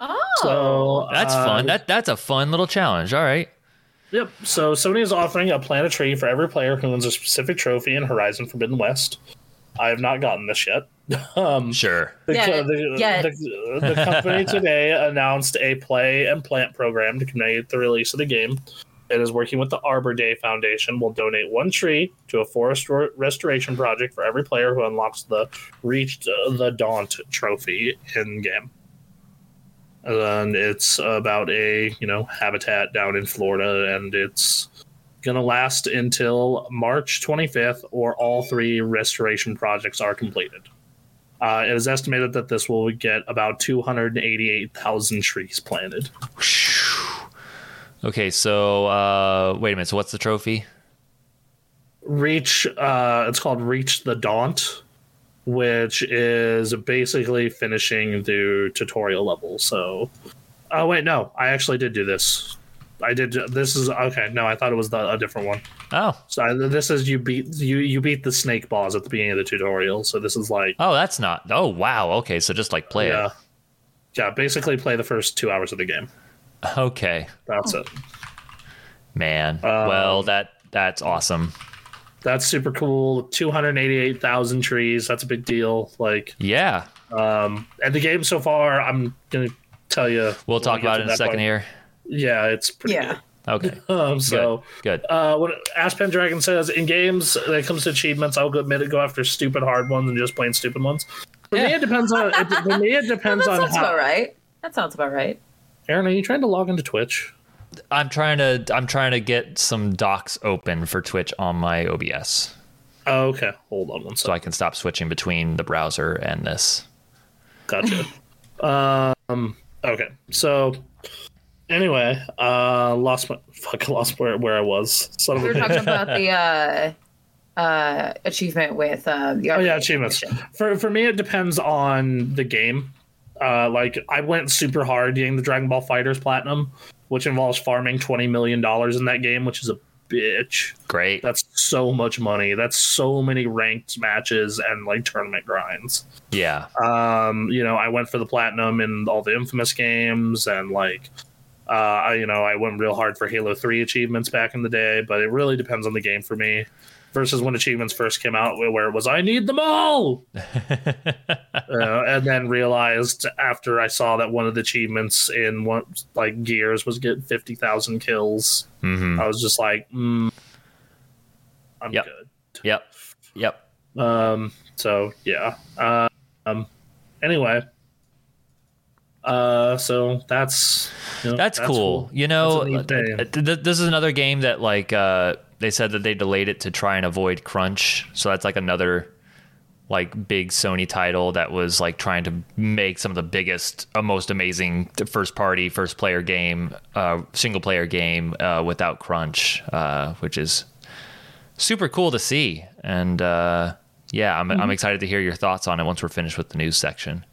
[SPEAKER 3] Oh,
[SPEAKER 2] So
[SPEAKER 1] That's
[SPEAKER 2] uh,
[SPEAKER 1] fun. That that's a fun little challenge. All right.
[SPEAKER 2] Yep. So Sony is offering a plant a tree for every player who wins a specific trophy in Horizon Forbidden West. I have not gotten this yet. um,
[SPEAKER 1] Sure.
[SPEAKER 2] The,
[SPEAKER 3] Yeah,
[SPEAKER 2] co- the,
[SPEAKER 3] yeah.
[SPEAKER 2] the- the company today announced a play and plant program to commemorate the release of the game. that is working with the Arbor Day Foundation will donate one tree to a forest ro- restoration project for every player who unlocks the Reached uh, the Daunt trophy in game. And it's about a you know habitat down in Florida, and it's gonna last until March 25th, or all three restoration projects are completed. Uh, it is estimated that this will get about 288,000 trees planted.
[SPEAKER 1] Okay, so uh, wait a minute. So what's the trophy?
[SPEAKER 2] Reach, uh, it's called Reach the Daunt, which is basically finishing the tutorial level. So, oh, wait, no, I actually did do this. I did. This is okay. No, I thought it was the, a different one.
[SPEAKER 1] Oh,
[SPEAKER 2] So I, this is you beat you you beat the snake boss at the beginning of the tutorial. So this is like
[SPEAKER 1] oh, that's not. Oh, wow. Okay, so just like play
[SPEAKER 2] yeah, yeah. Basically, play the first two hours of the game.
[SPEAKER 1] it. Okay,
[SPEAKER 2] That's it. Um,
[SPEAKER 1] man. well, that that's awesome.
[SPEAKER 2] That's super cool. Two hundred eighty-eight thousand trees. That's a big deal. Like, um,
[SPEAKER 1] Yeah,
[SPEAKER 2] and the game so far, I'm gonna tell you.
[SPEAKER 1] we'll talk about it in a second here.
[SPEAKER 2] Yeah, it's pretty.
[SPEAKER 3] Yeah.
[SPEAKER 1] Okay.
[SPEAKER 2] Good. Um, so.
[SPEAKER 1] good. good.
[SPEAKER 2] uh, what Aspen Dragon says in games, when it comes to achievements, I'll admit it, go after stupid hard ones and just plain stupid ones. For me,
[SPEAKER 1] Yeah.
[SPEAKER 2] it depends on. It, for me, it depends
[SPEAKER 3] that
[SPEAKER 2] on
[SPEAKER 3] sounds about
[SPEAKER 2] how.
[SPEAKER 3] right. That sounds about right.
[SPEAKER 2] Aaron, are you trying to log into Twitch?
[SPEAKER 1] I'm trying to I'm trying to get some docs open for Twitch on my OBS
[SPEAKER 2] Oh, okay, hold on one
[SPEAKER 1] so
[SPEAKER 2] second.
[SPEAKER 1] I can stop switching between the browser and this.
[SPEAKER 2] Gotcha. um. Okay. So. Anyway, uh, lost my fuck. Lost where where I was. Son of
[SPEAKER 3] We
[SPEAKER 2] a
[SPEAKER 3] were
[SPEAKER 2] bitch.
[SPEAKER 3] talking about the uh, uh, achievement with uh, the
[SPEAKER 2] Oh yeah,
[SPEAKER 3] Arbor Day
[SPEAKER 2] achievements.
[SPEAKER 3] Foundation.
[SPEAKER 2] For for me, it depends on the game. Uh, like I went super hard getting the Dragon Ball Fighters Platinum, which involves farming twenty million dollars in that game, which is a bitch.
[SPEAKER 1] Great.
[SPEAKER 2] That's so much money. That's so many ranked matches and like tournament grinds.
[SPEAKER 1] Yeah.
[SPEAKER 2] Um, you know, I went for the platinum in all the infamous games and like uh, I, you know, I went real hard for Halo 3 achievements back in the day, but it really depends on the game for me. Versus when achievements first came out, where- where it was, I need them all! uh, and then realized after I saw that one of the achievements in one, like Gears was get 50,000 kills,
[SPEAKER 1] hmm
[SPEAKER 2] I was just like, mm, I'm
[SPEAKER 1] Yep.
[SPEAKER 2] good.
[SPEAKER 1] Yep. Yep.
[SPEAKER 2] Um, so yeah. Uh, um, anyway. Uh, so that's you know,
[SPEAKER 1] That's, cool. You know,
[SPEAKER 2] That's a neat thing.
[SPEAKER 1] uh, th- th- this is another game that like uh, they said that they delayed it to try and avoid crunch. So that's like another like big Sony title that was like trying to make some of the biggest, uh, most amazing first party, first player game, uh, single player game uh, without crunch, uh, which is super cool to see. And uh, yeah, I'm,
[SPEAKER 2] Mm-hmm.
[SPEAKER 1] I'm excited to hear your thoughts on it once we're finished with the news section.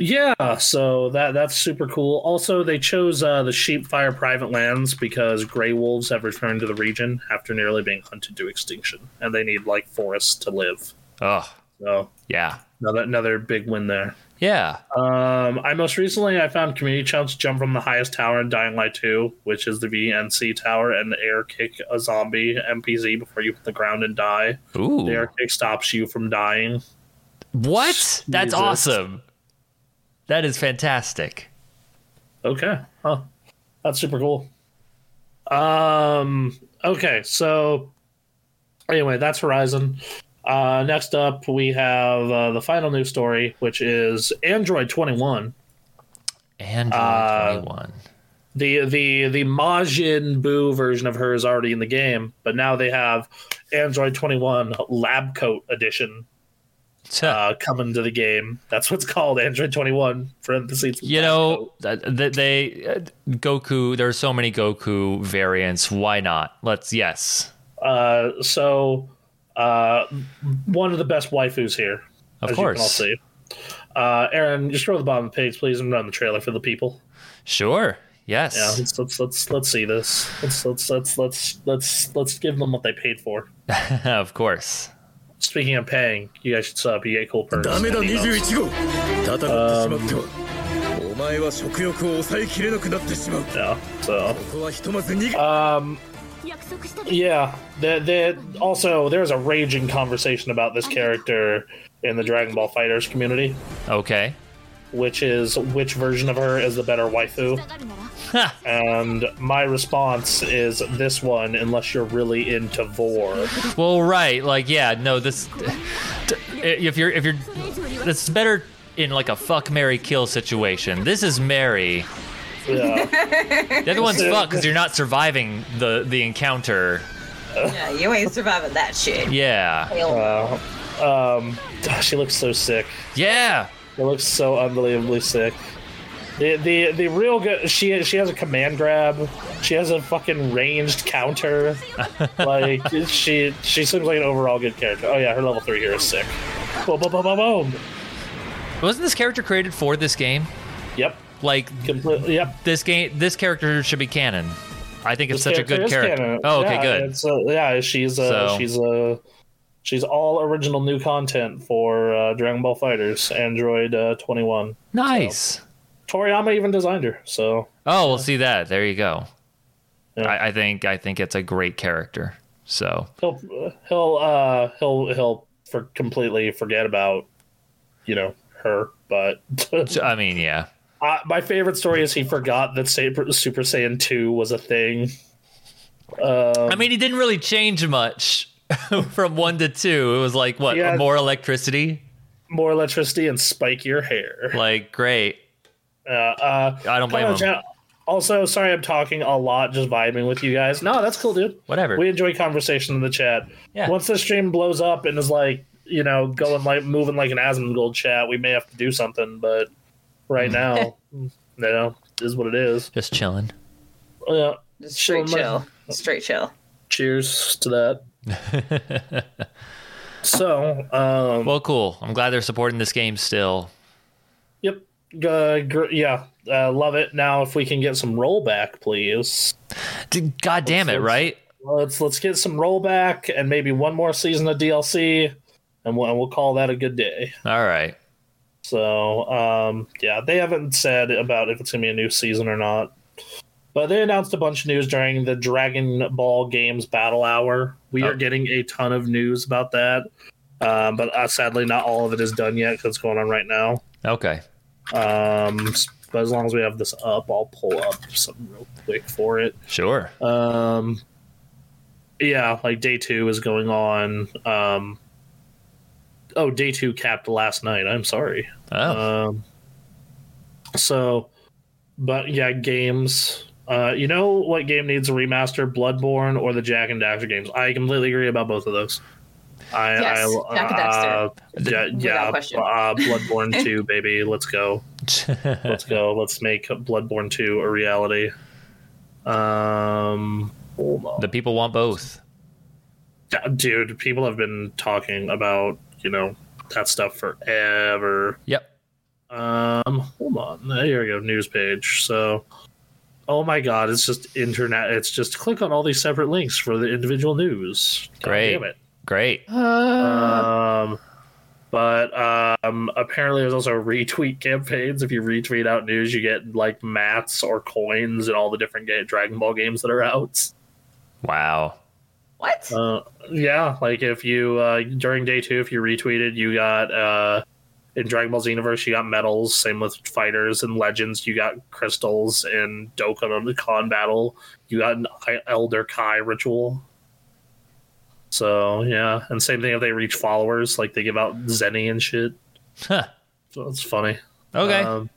[SPEAKER 2] Yeah, so that that's super cool. Also, they chose uh, the Sheepfire private lands because gray wolves have returned to the region after nearly being hunted to extinction, and they need like forests to live.
[SPEAKER 1] Oh,
[SPEAKER 2] So
[SPEAKER 1] yeah.
[SPEAKER 2] another another big win there.
[SPEAKER 1] Yeah.
[SPEAKER 2] Um, I most recently I found community chunks jump from the highest tower in Dying Light 2, which is the VNC tower, and air kick a zombie NPC before you hit the ground and die.
[SPEAKER 1] Ooh.
[SPEAKER 2] The air kick stops you from dying.
[SPEAKER 1] What? That's
[SPEAKER 2] Jesus.
[SPEAKER 1] awesome. That is fantastic.
[SPEAKER 2] Okay, huh? That's super cool. Um, okay, so anyway, that's Horizon. Uh, next up, we have uh, the final news story, which is Android 21
[SPEAKER 1] Android
[SPEAKER 2] Uh,
[SPEAKER 1] 21.
[SPEAKER 2] the the the Majin Buu version of her is already in the game, but now they have Android 21 Lab Coat Edition uh, coming to the game. That's what's called Android 21. Parentheses.
[SPEAKER 1] you
[SPEAKER 2] Lab
[SPEAKER 1] know,
[SPEAKER 2] Coat.
[SPEAKER 1] th- th- they uh, Goku, there are so many Goku variants. Why not? Let's yes.
[SPEAKER 2] Uh, so uh, one of the best waifus here,
[SPEAKER 1] Of
[SPEAKER 2] as you can all
[SPEAKER 1] course.
[SPEAKER 2] see. Uh, Aaron, just scroll to the bottom of the page, please, and run the trailer for the people.
[SPEAKER 1] Sure. Yes.
[SPEAKER 2] Yeah, let's let's let's let's see this. Let's let's let's let's let's let's give them what they paid for.
[SPEAKER 1] of course.
[SPEAKER 2] Speaking of paying, you guys should sub. You get cool perks.
[SPEAKER 4] ダメだ
[SPEAKER 2] You know.
[SPEAKER 4] 21号戦ってしまってはお前は食欲を抑えきれなくなってしまうこ
[SPEAKER 2] Yeah. So,
[SPEAKER 4] こはひとまず逃げ
[SPEAKER 2] um,
[SPEAKER 5] 約束したで
[SPEAKER 2] yeah. The, the, also, there's a raging conversation about this character in the Dragon Ball Fighters community.
[SPEAKER 1] Okay.
[SPEAKER 2] which is which version of her is the better waifu. And my response is this one, unless you're really into Vor.
[SPEAKER 1] Well, right, like yeah, no, this t- if you're if you're this is better in like a fuck Mary kill situation. This is Mary.
[SPEAKER 2] Yeah.
[SPEAKER 1] The other one's fuck because you're not surviving the the encounter.
[SPEAKER 5] Yeah, you ain't surviving that shit.
[SPEAKER 2] Uh,
[SPEAKER 1] Yeah,
[SPEAKER 2] Wow. um, she looks so sick.
[SPEAKER 1] yeah.
[SPEAKER 2] It looks so unbelievably sick. The the the real good. She she has a command grab. She has a fucking ranged counter. like she she seems like an overall good character. Oh yeah, her level three here is sick. Boom boom boom boom boom.
[SPEAKER 1] Wasn't this character created for this game?
[SPEAKER 2] Yep.
[SPEAKER 1] Like
[SPEAKER 2] Completely. Yep.
[SPEAKER 1] this game, this character should be canon. I think it's
[SPEAKER 2] This
[SPEAKER 1] such a good
[SPEAKER 2] is
[SPEAKER 1] character.
[SPEAKER 2] canon.
[SPEAKER 1] Oh, okay,
[SPEAKER 2] Yeah,
[SPEAKER 1] good.
[SPEAKER 2] It's, uh, yeah, she's uh,
[SPEAKER 1] So-
[SPEAKER 2] she's uh, she's all original new content for uh, Dragon Ball Fighters Android uh, twenty one.
[SPEAKER 1] Nice.
[SPEAKER 2] Toriyama even designed her, so
[SPEAKER 1] Oh, we'll see that. There you go.
[SPEAKER 2] Yeah.
[SPEAKER 1] I, I think I think it's a great character. So
[SPEAKER 2] he'll he'll uh he'll he'll for completely forget about you know her but
[SPEAKER 1] so, I mean, yeah,
[SPEAKER 2] uh, my favorite story is he forgot that Saber, super saiyan 2 was a thing
[SPEAKER 1] I mean, he didn't really change much from one to two. It was like what
[SPEAKER 2] Yeah.
[SPEAKER 1] more electricity.
[SPEAKER 2] more electricity and spikier hair
[SPEAKER 1] Like great.
[SPEAKER 2] uh, uh
[SPEAKER 1] I don't blame
[SPEAKER 2] comment
[SPEAKER 1] him.
[SPEAKER 2] chat- also sorry i'm talking a lot just vibing with you guys no that's cool dude
[SPEAKER 1] Whatever.
[SPEAKER 2] we enjoy conversation in the chat
[SPEAKER 1] Yeah.
[SPEAKER 2] once the stream blows up and is like you know going like moving like an asmongold chat we may have to do something but right now you know is what it is Oh,
[SPEAKER 1] Just chilling.
[SPEAKER 2] Yeah.
[SPEAKER 3] Just straight
[SPEAKER 2] Sure,
[SPEAKER 3] chill.
[SPEAKER 2] my-
[SPEAKER 3] Straight chill.
[SPEAKER 2] Cheers to that. so, um,
[SPEAKER 1] Well, cool. I'm glad they're supporting this game still.
[SPEAKER 2] yep. Uh, gr- yeah. Uh, love it. Now, if we can get some rollback, please.
[SPEAKER 1] Dude, God damn it, right?
[SPEAKER 2] Let's let's get some rollback and maybe one more season of DLC, and we'll, and we'll call that a good day.
[SPEAKER 1] All right.
[SPEAKER 2] So, um, yeah, they haven't said about if it's gonna be a new season or not, but they announced a bunch of news during the Dragon Ball Games Battle Hour. We
[SPEAKER 1] Oh.
[SPEAKER 2] are getting a ton of news about that, um, but uh, sadly, not all of it is done yet because it's going on right now.
[SPEAKER 1] Okay.
[SPEAKER 2] Um, s- but as long as we have this up, I'll pull up something real quick for it.
[SPEAKER 1] Sure.
[SPEAKER 2] Um, yeah, like day two is going on. Um, oh, day two capped last night. I'm sorry.
[SPEAKER 1] oh,
[SPEAKER 2] Um, so, but yeah, games. Uh, you know what game needs a remaster? Bloodborne or the Jack and Daxter games? I completely agree about both of those. I,
[SPEAKER 3] Yes,
[SPEAKER 2] I,
[SPEAKER 3] Jack and
[SPEAKER 2] uh, yeah,
[SPEAKER 3] Without
[SPEAKER 2] yeah,
[SPEAKER 3] question.
[SPEAKER 2] uh, Bloodborne two, baby. Let's go. Let's go. Let's make Bloodborne two a reality. Um, hold on.
[SPEAKER 1] the people want both.
[SPEAKER 2] dude, people have been talking about you know that stuff forever.
[SPEAKER 1] Yep.
[SPEAKER 2] Um, hold on. Here we go. News page. So, oh my god, it's just internet. It's just click on all these separate links for the individual news. God
[SPEAKER 1] Great.
[SPEAKER 2] damn it.
[SPEAKER 1] Great.
[SPEAKER 2] Um, but um, apparently there's also retweet campaigns. If you retweet out news, you get like mats or coins and all the different ga- Dragon Ball games that are out.
[SPEAKER 1] Wow.
[SPEAKER 3] What?
[SPEAKER 2] Uh, yeah, like if you uh, during day two, if you retweeted, you got uh, in Dragon Ball Z universe, you got medals. Same with fighters and legends, you got crystals. In Dokkan the Khan battle, you got an I- Elder Kai ritual. So yeah, and same thing if they reach followers, like they give out Zenny and shit.
[SPEAKER 1] Huh.
[SPEAKER 2] So it's funny.
[SPEAKER 1] Okay.
[SPEAKER 2] Um,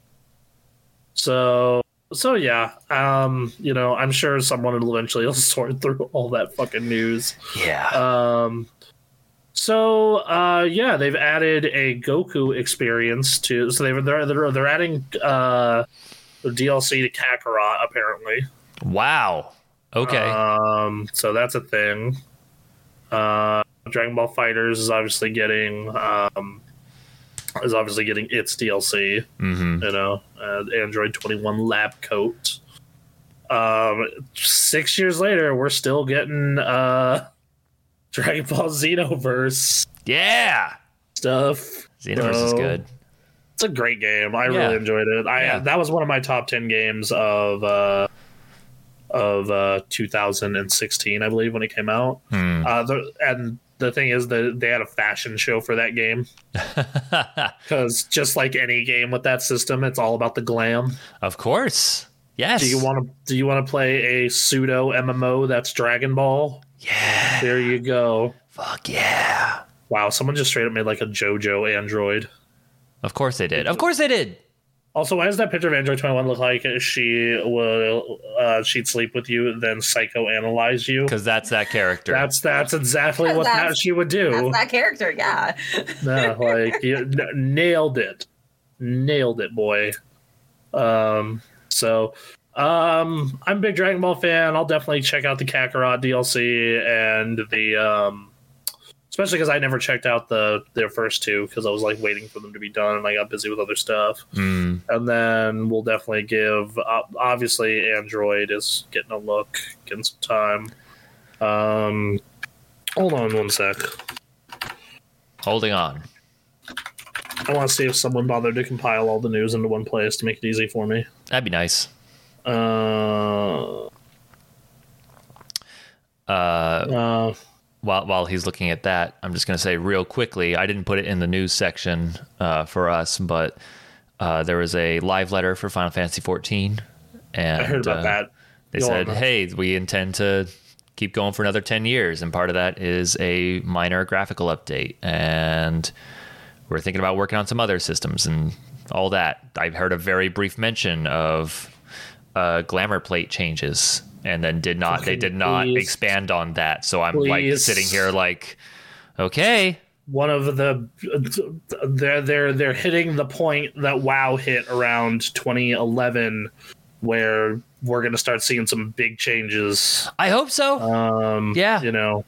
[SPEAKER 2] so so yeah, um, you know, I'm sure someone will eventually will sort through all that fucking news.
[SPEAKER 1] yeah.
[SPEAKER 2] Um, so uh, yeah, they've added a Goku experience to. So they've, they're they're they're adding uh, DLC to Kakarot apparently.
[SPEAKER 1] wow. Okay.
[SPEAKER 2] Um, so that's a thing. Uh, Dragon Ball Fighters is obviously getting um, is obviously getting its DLC.
[SPEAKER 1] mm-hmm.
[SPEAKER 2] You know, uh, Android twenty one lab coat. Um, six years later, we're still getting uh, Dragon Ball Xenoverse
[SPEAKER 1] Yeah.
[SPEAKER 2] stuff.
[SPEAKER 1] Xenoverse is
[SPEAKER 2] So,
[SPEAKER 1] good.
[SPEAKER 2] It's a great game. I
[SPEAKER 1] Yeah.
[SPEAKER 2] really enjoyed it. I
[SPEAKER 1] Yeah.
[SPEAKER 2] that was one of my top ten games of uh, of uh, 2016, I believe, when it came out.
[SPEAKER 1] Hmm.
[SPEAKER 2] Uh, the, and the thing is that they had a fashion show for that game because just like any game with that system, it's all about the glam.
[SPEAKER 1] Of course. Yes.
[SPEAKER 2] Do you want to? Do you want to play a pseudo MMO that's Dragon Ball?
[SPEAKER 1] Yeah.
[SPEAKER 2] There you go.
[SPEAKER 1] Fuck yeah.
[SPEAKER 2] Wow, someone just straight up made like a JoJo android.
[SPEAKER 1] Of course they did. Of course they did.
[SPEAKER 2] Also, why does that picture of Android Twenty One look like she will uh, she'd sleep with you, then psychoanalyze you?
[SPEAKER 1] Because that's that character.
[SPEAKER 2] That's that's exactly what that
[SPEAKER 5] That's-
[SPEAKER 2] she would do.
[SPEAKER 5] That's that character, yeah.
[SPEAKER 2] No, like you n- nailed it, nailed it, boy. Um, so, um, I'm a big Dragon Ball fan. I'll definitely check out the Kakarot DLC and the um, especially because I never checked out the their first two because I was like waiting for them to be done and I got busy with other stuff.
[SPEAKER 1] Mm,
[SPEAKER 2] and then we'll definitely give ob- obviously android is getting a look getting some time um hold on one sec
[SPEAKER 1] holding on.
[SPEAKER 2] i want to see if someone bothered to compile all the news into one place to make it easy for me
[SPEAKER 1] That'd be nice.
[SPEAKER 2] uh,
[SPEAKER 1] Uh,
[SPEAKER 2] uh
[SPEAKER 1] while while he's looking at that, I'm just going to say real quickly. I didn't put it in the news section uh, for us, but uh, there was a live letter for Final Fantasy 14, and
[SPEAKER 2] i heard about
[SPEAKER 1] uh,
[SPEAKER 2] that
[SPEAKER 1] They
[SPEAKER 2] Go on,
[SPEAKER 1] said,
[SPEAKER 2] Mark.
[SPEAKER 1] "Hey, we intend to keep going for another 10 years, and part of that is a minor graphical update, and we're thinking about working on some other systems and all that." I've heard a very brief mention of uh, glamour plate changes, and then did not. They did not
[SPEAKER 2] Please.
[SPEAKER 1] expand on that, so I'm like
[SPEAKER 2] Please.
[SPEAKER 1] sitting here like, okay,
[SPEAKER 2] one of the they're they're they're hitting the point that wow hit around 2011 where we're going to start seeing some big changes
[SPEAKER 1] I hope so.
[SPEAKER 2] um
[SPEAKER 1] Yeah.
[SPEAKER 2] you know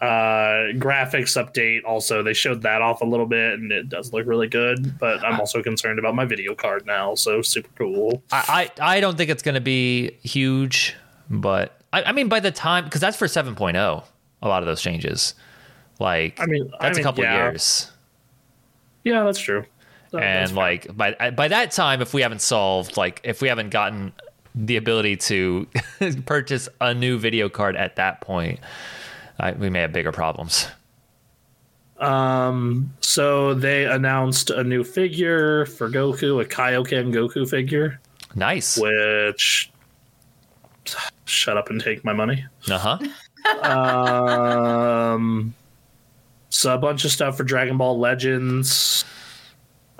[SPEAKER 2] uh graphics update also they showed that off a little bit and it does look really good but
[SPEAKER 1] Uh,
[SPEAKER 2] i'm also concerned about my video card now so super cool
[SPEAKER 1] I, I I don't think it's going to be huge, but I, I mean by the time because that's for 7.0, a lot of those changes. Like
[SPEAKER 2] I mean- I
[SPEAKER 1] that's
[SPEAKER 2] mean,
[SPEAKER 1] a couple
[SPEAKER 2] yeah.
[SPEAKER 1] years,
[SPEAKER 2] yeah that's true That- that's
[SPEAKER 1] and like by I- by that time, if we haven't solved like if we haven't gotten the ability to purchase a new video card at that point, I, we may have bigger problems.
[SPEAKER 2] Um, so they announced a new figure for Goku, a Kaioken Goku figure,
[SPEAKER 1] Nice, uh
[SPEAKER 2] which shut up and take my money.
[SPEAKER 1] huh.
[SPEAKER 2] um, so a bunch of stuff for Dragon Ball Legends,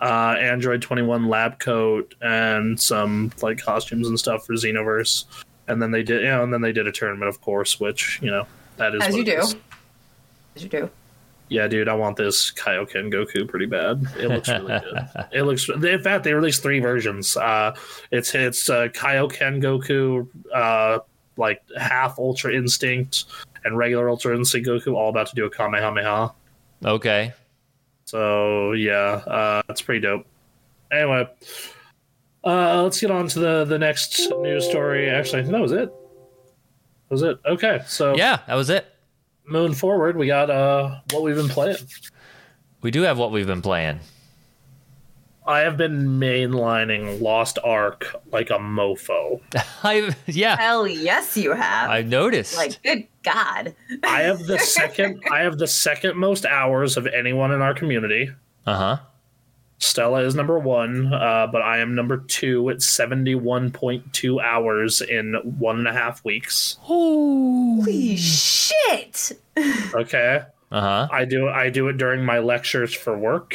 [SPEAKER 2] uh, Android Twenty One Lab Coat, and some like costumes and stuff for Xenoverse. And then they did, you know, and then they did a tournament, of course, which you know that is
[SPEAKER 3] As
[SPEAKER 2] what
[SPEAKER 3] you
[SPEAKER 2] it
[SPEAKER 3] do.
[SPEAKER 2] is.
[SPEAKER 3] As you do.
[SPEAKER 2] Yeah, dude, I want this Kaioken Goku pretty bad. It looks really good. It looks. In fact, they released three versions. Uh, it's it's uh, Kaioken Goku, uh, like half Ultra Instinct and regular Ultra Instinct Goku, all about to do a Kamehameha.
[SPEAKER 1] Okay,
[SPEAKER 2] So yeah, uh, it's pretty dope. Anyway, uh, let's get on to the the next news story. Actually, I think that was it. That was it? Okay, so
[SPEAKER 1] yeah, that was it.
[SPEAKER 2] moving forward, we got uh, what we've been playing.
[SPEAKER 1] We do have what we've been playing.
[SPEAKER 2] I have been mainlining Lost Ark like a mofo.
[SPEAKER 1] I yeah,
[SPEAKER 5] Hell yes, you have.
[SPEAKER 1] I noticed.
[SPEAKER 5] like, good God.
[SPEAKER 2] I have the second I have the second most hours of anyone in our community.
[SPEAKER 1] uh huh.
[SPEAKER 2] Stella is number one, uh, but I am number two at seventy-one point two hours in one and a half weeks.
[SPEAKER 5] Holy
[SPEAKER 2] Mm.
[SPEAKER 5] shit.
[SPEAKER 2] Okay,
[SPEAKER 1] Uh huh.
[SPEAKER 2] I do I do it during my lectures for work.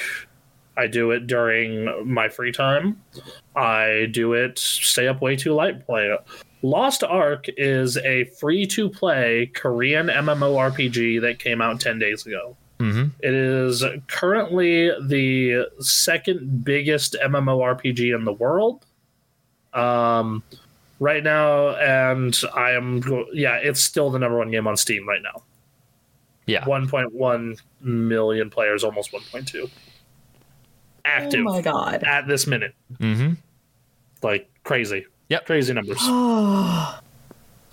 [SPEAKER 2] I do it during my free time. I do it stay up way too late play it. Lost Ark is a free to play Korean MMORPG that came out 10 days ago.
[SPEAKER 1] Mm-hmm.
[SPEAKER 2] It is currently the second biggest MMORPG in the world. Um, right now, and I am, go- yeah, it's still the number one game on Steam right now.
[SPEAKER 1] Yeah.
[SPEAKER 2] 1.1 million players, almost 1.2 active
[SPEAKER 5] Oh my God.
[SPEAKER 2] at this minute.
[SPEAKER 1] Mm-hmm.
[SPEAKER 2] Like crazy.
[SPEAKER 1] Yep.
[SPEAKER 2] Crazy numbers.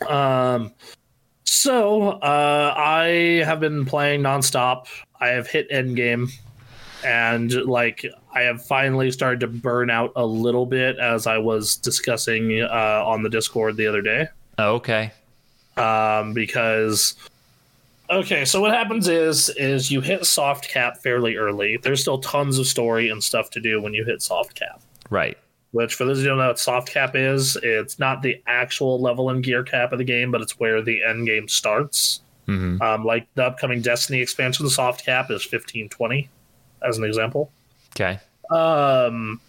[SPEAKER 2] um, so uh, I have been playing nonstop. I have hit endgame, and like I have finally started to burn out a little bit, as I was discussing uh, on the Discord the other day
[SPEAKER 1] Okay.
[SPEAKER 2] um, because Okay, so what happens is is you hit soft cap fairly early. There's still tons of story and stuff to do when you hit soft cap.
[SPEAKER 1] Right.
[SPEAKER 2] Which for those who don't know what soft cap is, it's not the actual level and gear cap of the game, but it's where the end game starts.
[SPEAKER 1] Mhm.
[SPEAKER 2] Um, like the upcoming Destiny expansion, soft cap is fifteen twenty, as an example.
[SPEAKER 1] Okay.
[SPEAKER 2] Um,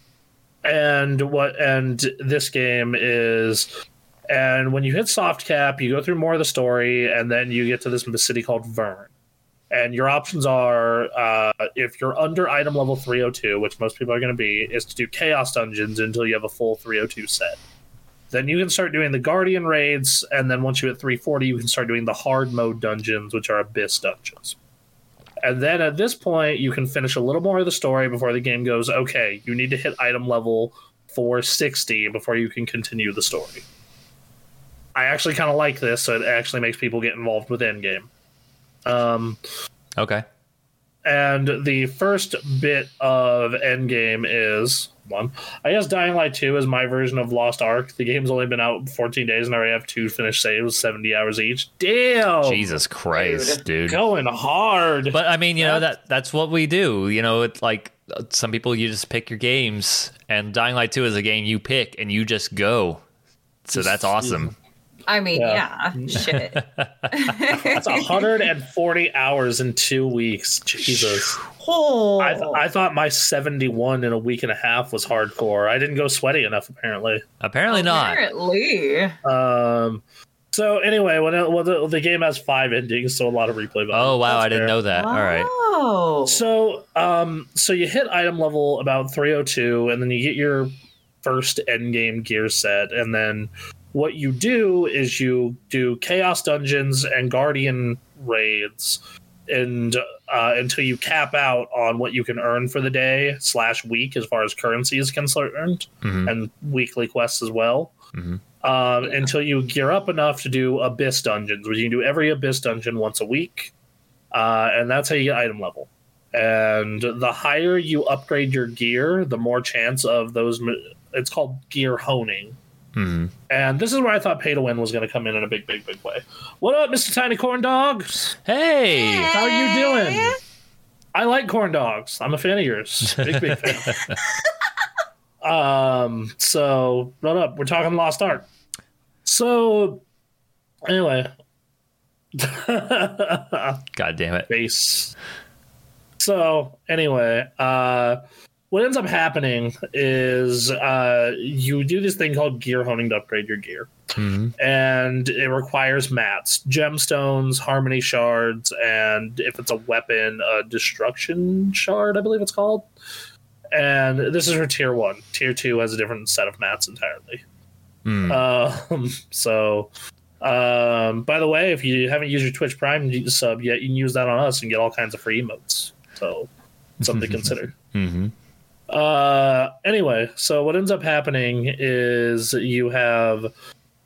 [SPEAKER 2] and what and this game is, and when you hit soft cap, you go through more of the story, and then you get to this city called Vern. And your options are, uh, if you're under item level 302, which most people are going to be, is to do chaos dungeons until you have a full 302 set. Then you can start doing the guardian raids, and then once you hit 340, you can start doing the hard mode dungeons, which are abyss dungeons. And then at this point, you can finish a little more of the story before the game goes, okay, you need to hit item level 460 before you can continue the story. I actually kind of like this, so it actually makes people get involved with endgame. Um,
[SPEAKER 1] Okay.
[SPEAKER 2] and the first bit of Endgame is one. I guess Dying Light 2 is my version of Lost Ark. The game's only been out 14 days and I already have two finished saves, 70 hours each. Damn!
[SPEAKER 1] Jesus Christ, dude.
[SPEAKER 2] Going hard.
[SPEAKER 1] But I mean, you know that that's what we do. You know, it's like uh, some people you just pick your games, and Dying Light Two is a game you pick and you just go. So that's awesome.
[SPEAKER 5] I mean,
[SPEAKER 2] Yeah. Mm.
[SPEAKER 5] yeah, shit.
[SPEAKER 2] That's 140 hours in two weeks. Jesus.
[SPEAKER 5] Oh,
[SPEAKER 2] I, th- I thought my 71 in a week and a half was hardcore. I didn't go sweaty enough, apparently.
[SPEAKER 3] Oh,
[SPEAKER 1] Apparently not.
[SPEAKER 5] apparently.
[SPEAKER 2] Um, so, anyway, when it, well, the, the game has five endings, so a lot of replay value.
[SPEAKER 1] Oh wow,
[SPEAKER 2] That's
[SPEAKER 1] I didn't
[SPEAKER 2] fair.
[SPEAKER 1] know that. All right.
[SPEAKER 5] Oh,
[SPEAKER 2] So, um, so you hit item level about 302, and then you get your first end game gear set, and then what you do is you do chaos dungeons and guardian raids, and uh, until you cap out on what you can earn for the day slash week as far as currency is concerned,
[SPEAKER 1] Mhm.
[SPEAKER 2] and weekly quests as well.
[SPEAKER 1] Mhm.
[SPEAKER 2] Um, Until you gear up enough to do abyss dungeons, where you can do every abyss dungeon once a week, uh, and that's how you get item level. And the higher you upgrade your gear, the more chance of those. mo- It's called gear honing.
[SPEAKER 1] Mhm.
[SPEAKER 2] And this is where I thought pay to win was going to come in in a big, big, big way. What up, Mr. Tiny Corn Dog?
[SPEAKER 1] Hey.
[SPEAKER 2] How you doing? I like corn dogs. I'm a fan of yours. Big, big fan. um, so, what up? We're talking Lost Ark. So, anyway.
[SPEAKER 1] God damn it.
[SPEAKER 2] base. So anyway, uh, what ends up happening is uh, you do this thing called gear honing to upgrade your gear,
[SPEAKER 1] Mhm.
[SPEAKER 2] and it requires mats, gemstones, harmony shards, and if it's a weapon, a destruction shard, I believe it's called. And this is for tier one. Tier two has a different set of mats entirely.
[SPEAKER 1] Mm.
[SPEAKER 2] Um, so, um, by the way, if you haven't used your Twitch Prime sub yet, you can use that on us and get all kinds of free emotes. So, something to consider.
[SPEAKER 1] Mhm.
[SPEAKER 2] Uh, anyway, so what ends up happening is you have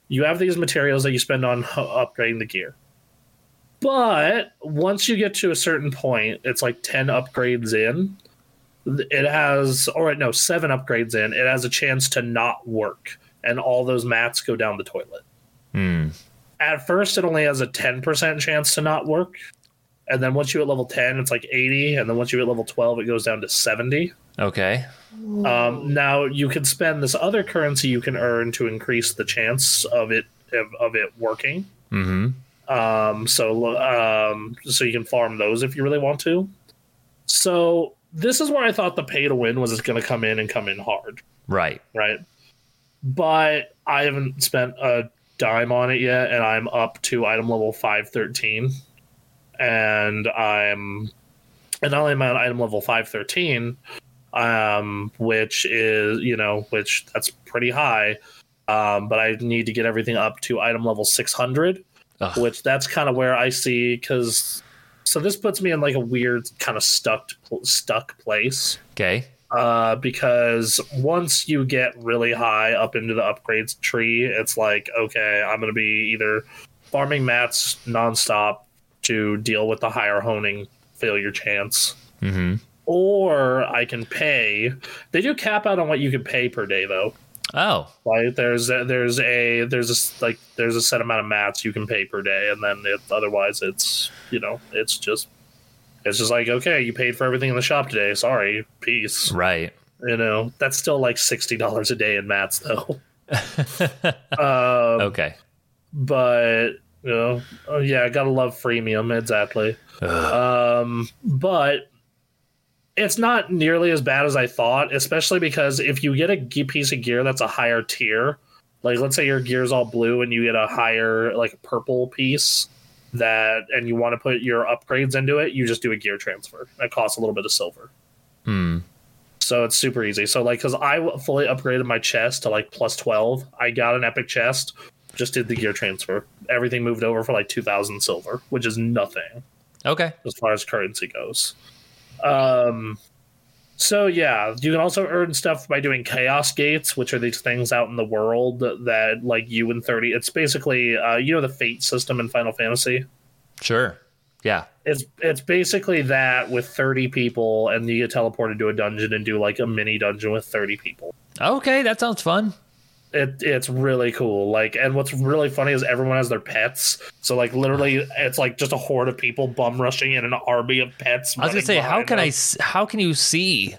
[SPEAKER 2] you have these materials that you spend on h- upgrading the gear. But once you get to a certain point, it's like 10 upgrades in. th- It has, all right, no, seven upgrades in. It has a chance to not work, and all those mats go down the toilet
[SPEAKER 1] Mm.
[SPEAKER 2] at first it only has a 10% chance to not work and then once you hit level 10 it's like 80 and then once you hit level 12 it goes down to 70
[SPEAKER 1] Okay.
[SPEAKER 2] um, now you can spend this other currency you can earn to increase the chance of it of, of it working
[SPEAKER 1] Mhm.
[SPEAKER 2] um, so um, so you can farm those if you really want to so this is where i thought the pay to win was going to come in and come in hard
[SPEAKER 1] Right.
[SPEAKER 2] right? But I haven't spent a dime on it yet, and I'm up to item level five thirteen, and I'm and not only am I on item level five thirteen, um, which is you know which that's pretty high, um, but I need to get everything up to item level six hundred,
[SPEAKER 1] Ugh.
[SPEAKER 2] which that's kind of where I see because. So this puts me in like a weird kind of stuck stuck place
[SPEAKER 1] Okay.
[SPEAKER 2] uh, because once you get really high up into the upgrades tree, it's like, okay, I'm going to be either farming mats nonstop to deal with the higher honing failure chance,
[SPEAKER 1] Mhm.
[SPEAKER 2] or I can pay. They do cap out on what you can pay per day, though.
[SPEAKER 1] Oh,
[SPEAKER 2] Like there's a, there's a there's a s- like there's a set amount of mats you can pay per day, and then it, otherwise it's you know it's just it's just like okay, you paid for everything in the shop today. Sorry, peace.
[SPEAKER 1] right.
[SPEAKER 2] You know that's still like sixty dollars a day in mats though. Um,
[SPEAKER 1] Okay.
[SPEAKER 2] but you know, oh, yeah, I gotta love freemium exactly. um, but it's not nearly as bad as I thought, especially because if you get a ge- piece of gear that's a higher tier, like let's say your gear's all blue and you get a higher like purple piece that, and you want to put your upgrades into it, you just do a gear transfer. That costs a little bit of silver.
[SPEAKER 1] Hmm.
[SPEAKER 2] So it's super easy. So like, because I w- fully upgraded my chest to like plus twelve, I got an epic chest. Just did the gear transfer. Everything moved over for like two thousand silver, which is nothing
[SPEAKER 1] Okay.
[SPEAKER 2] as far as currency goes. Um, so yeah, you can also earn stuff by doing chaos gates, which are these things out in the world that like you and thirty. It's basically uh, you know the fate system in Final Fantasy
[SPEAKER 1] Sure. Yeah.
[SPEAKER 2] it's it's basically that with 30 people and you get teleported to a dungeon and do like a mini dungeon with 30 people
[SPEAKER 1] Okay. That sounds fun.
[SPEAKER 2] it, it's really cool like and what's really funny is everyone has their pets so like literally it's like just a horde of people bum rushing in an army of pets
[SPEAKER 1] I was gonna say, how can I? s- How can you see?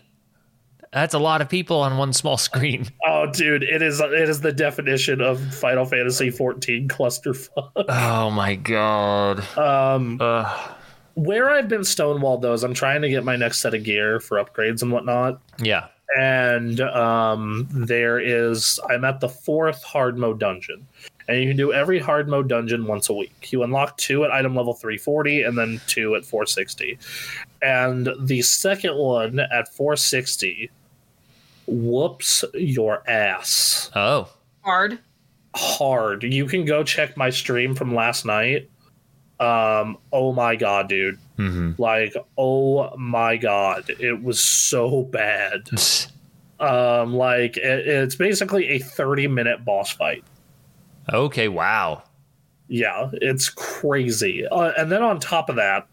[SPEAKER 1] That's a lot of people on one small screen.
[SPEAKER 2] oh dude it is it is the definition of final fantasy 14 clusterfuck
[SPEAKER 1] Oh my god.
[SPEAKER 2] um
[SPEAKER 1] Uh,
[SPEAKER 2] where i've been stonewalled though is i'm trying to get my next set of gear for upgrades and whatnot
[SPEAKER 1] yeah.
[SPEAKER 2] and um, there is I'm at the fourth hard mode dungeon, and you can do every hard mode dungeon once a week. You unlock two at item level 340, and then two at 460. And the second one at 460 whoops your ass
[SPEAKER 1] Oh.
[SPEAKER 5] Hard.
[SPEAKER 2] hard. You can go check my stream from last night. Um, oh my god, dude!
[SPEAKER 1] hmm
[SPEAKER 2] Like, oh my god, it was so bad. um like it, it's basically a 30 minute boss fight
[SPEAKER 1] Okay. Wow.
[SPEAKER 2] yeah it's crazy uh, and then on top of that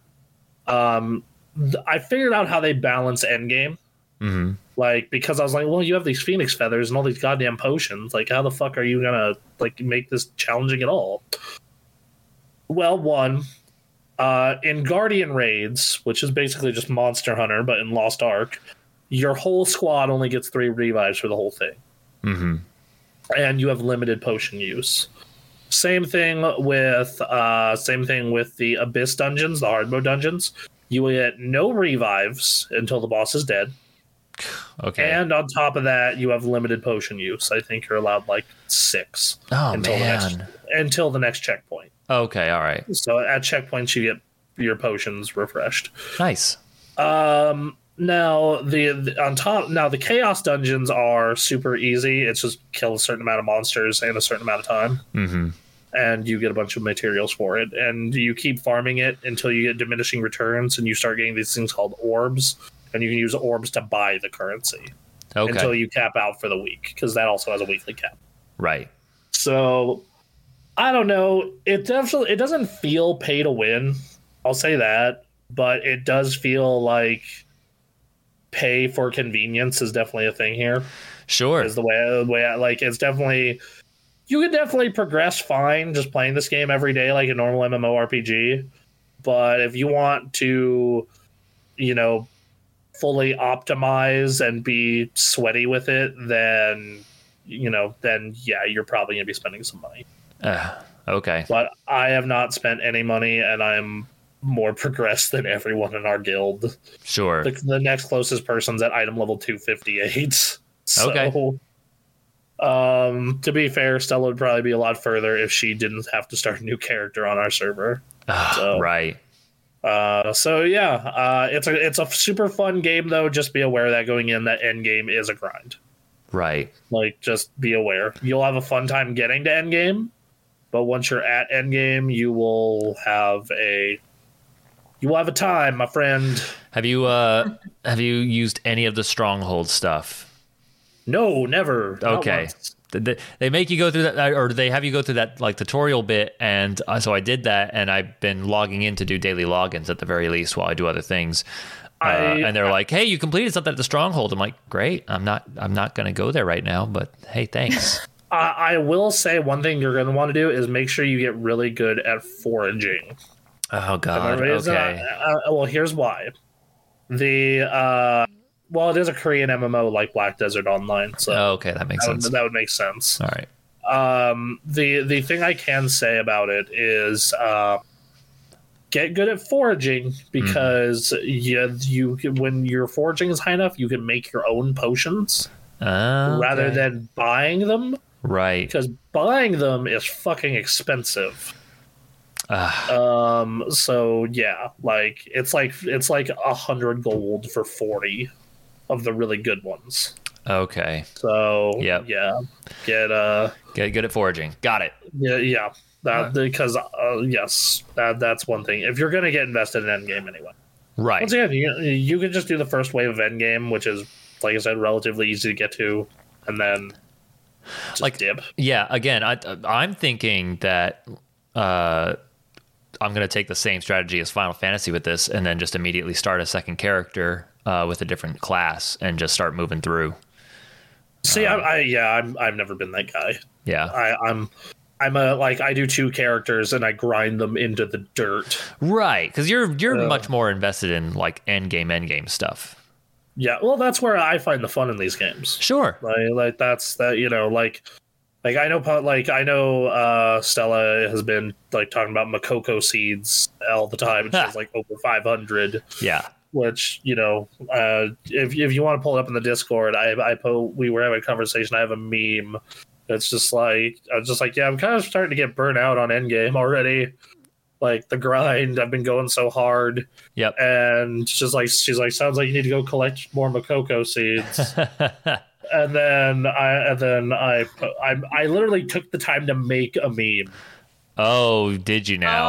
[SPEAKER 2] um th- i figured out how they balance endgame
[SPEAKER 1] hmm
[SPEAKER 2] like because i was like well you have these phoenix feathers and all these goddamn potions like how the fuck are you gonna like make this challenging at all well one uh in guardian raids which is basically just monster hunter but in lost ark your whole squad only gets three revives for the whole thing
[SPEAKER 1] hmm
[SPEAKER 2] and you have limited potion use. Same thing with uh, same thing with the abyss dungeons, the hard mode dungeons. You will get no revives until the boss is dead,
[SPEAKER 1] Okay.
[SPEAKER 2] and on top of that, you have limited potion use. I think you're allowed like six
[SPEAKER 1] oh
[SPEAKER 2] until the
[SPEAKER 1] man.
[SPEAKER 2] next until the next checkpoint.
[SPEAKER 1] Okay. All right.
[SPEAKER 2] So at checkpoints, you get your potions refreshed.
[SPEAKER 1] Nice.
[SPEAKER 2] Um, now the, the on top now the chaos dungeons are super easy. It's just kill a certain amount of monsters in a certain amount of time.
[SPEAKER 1] hmm
[SPEAKER 2] and you get a bunch of materials for it and you keep farming it until you get diminishing returns and you start getting these things called orbs and you can use orbs to buy the currency
[SPEAKER 1] Okay.
[SPEAKER 2] until you cap out for the week because that also has a weekly cap
[SPEAKER 1] right.
[SPEAKER 2] so i don't know it definitely it doesn't feel pay to win i'll say that but it does feel like pay for convenience is definitely a thing here
[SPEAKER 1] Sure.
[SPEAKER 2] is the way the way I, like it's definitely you can definitely progress fine just playing this game every day like a normal MMORPG. But if you want to, you know, fully optimize and be sweaty with it, then you know, then yeah, you're probably gonna be spending some money.
[SPEAKER 1] Uh, okay.
[SPEAKER 2] But I have not spent any money and I'm more progressed than everyone in our guild.
[SPEAKER 1] Sure.
[SPEAKER 2] The, the next closest person's at item level 258. So,
[SPEAKER 1] Okay.
[SPEAKER 2] Um, to be fair, Stella would probably be a lot further if she didn't have to start a new character on our server.
[SPEAKER 1] Ah,
[SPEAKER 2] so-
[SPEAKER 1] right.
[SPEAKER 2] Uh, so yeah, uh, it's a it's a super fun game though. Just be aware that going in, that end game is a grind.
[SPEAKER 1] Right.
[SPEAKER 2] Like, just be aware. You'll have a fun time getting to end game, but once you're at end game, you will have a you will have a time, my friend.
[SPEAKER 1] Have you uh have you used any of the stronghold stuff?
[SPEAKER 2] No, never. Not
[SPEAKER 1] Okay.
[SPEAKER 2] once.
[SPEAKER 1] They, they make you go through that, or they have you go through that like tutorial bit, and uh, so I did that, and I've been logging in to do daily logins at the very least while I do other things. Uh,
[SPEAKER 2] I-
[SPEAKER 1] and they're like, "Hey, you completed something at the stronghold." I'm like, "Great, I'm not, I'm not going to go there right now, but hey, thanks."
[SPEAKER 2] I, I will say one thing you're going to want to do is make sure you get really good at foraging.
[SPEAKER 1] oh God,
[SPEAKER 2] The reason I-
[SPEAKER 1] okay,
[SPEAKER 2] I- uh, well, here's why. The uh, well, it is a Korean MMO like Black Desert Online, so
[SPEAKER 1] oh, okay, that makes
[SPEAKER 2] that, would,
[SPEAKER 1] sense.
[SPEAKER 2] that would make sense.
[SPEAKER 1] All right,
[SPEAKER 2] Um, the the thing I can say about it is uh, get good at foraging because
[SPEAKER 1] Mm-hmm.
[SPEAKER 2] you, you when your foraging is high enough, you can make your own potions
[SPEAKER 1] Oh,
[SPEAKER 2] rather
[SPEAKER 1] okay.
[SPEAKER 2] than buying them
[SPEAKER 1] right.
[SPEAKER 2] because buying them is fucking expensive.
[SPEAKER 1] Ah.
[SPEAKER 2] Um. So yeah, like it's like it's like a hundred gold for forty of the really good ones.
[SPEAKER 1] Okay,
[SPEAKER 2] So
[SPEAKER 1] Yep.
[SPEAKER 2] yeah, get uh,
[SPEAKER 1] get good at foraging. Got it.
[SPEAKER 2] yeah, yeah. That, because uh, yes, that that's one thing. If you're gonna get invested in Endgame anyway,
[SPEAKER 1] Right.
[SPEAKER 2] once again, you you can just do the first wave of Endgame, which is like I said, relatively easy to get to, and then just
[SPEAKER 1] Like- um,
[SPEAKER 2] dip.
[SPEAKER 1] Yeah, again, I, I'm thinking that uh, I'm going to take the same strategy as Final Fantasy with this, and then just immediately start a second character uh, with a different class and just start moving through.
[SPEAKER 2] See, I, I yeah, I'm, I've never been that guy.
[SPEAKER 1] Yeah,
[SPEAKER 2] I, I'm I'm a like I do two characters and I grind them into the dirt.
[SPEAKER 1] right. Because you're you're much more invested in like end game, end game stuff.
[SPEAKER 2] Yeah, well, that's where I find the fun in these games.
[SPEAKER 1] Sure.
[SPEAKER 2] Like, like that's that you know like like I know po- like I know uh, Stella has been like talking about Makoko seeds all the time. and She's like over five hundred,
[SPEAKER 1] Yeah.
[SPEAKER 2] which you know uh, if if you want to pull it up in the Discord, I I po- we were having a conversation. I have a meme. that's just like I was just like yeah, I'm kind of starting to get burnt out on Endgame already. Like the grind, I've been going so hard.
[SPEAKER 1] Yep.
[SPEAKER 2] and she's like she's like sounds like you need to go collect more makoko seeds and then i and then I, pu- I i literally took the time to make a meme
[SPEAKER 1] oh, did you now?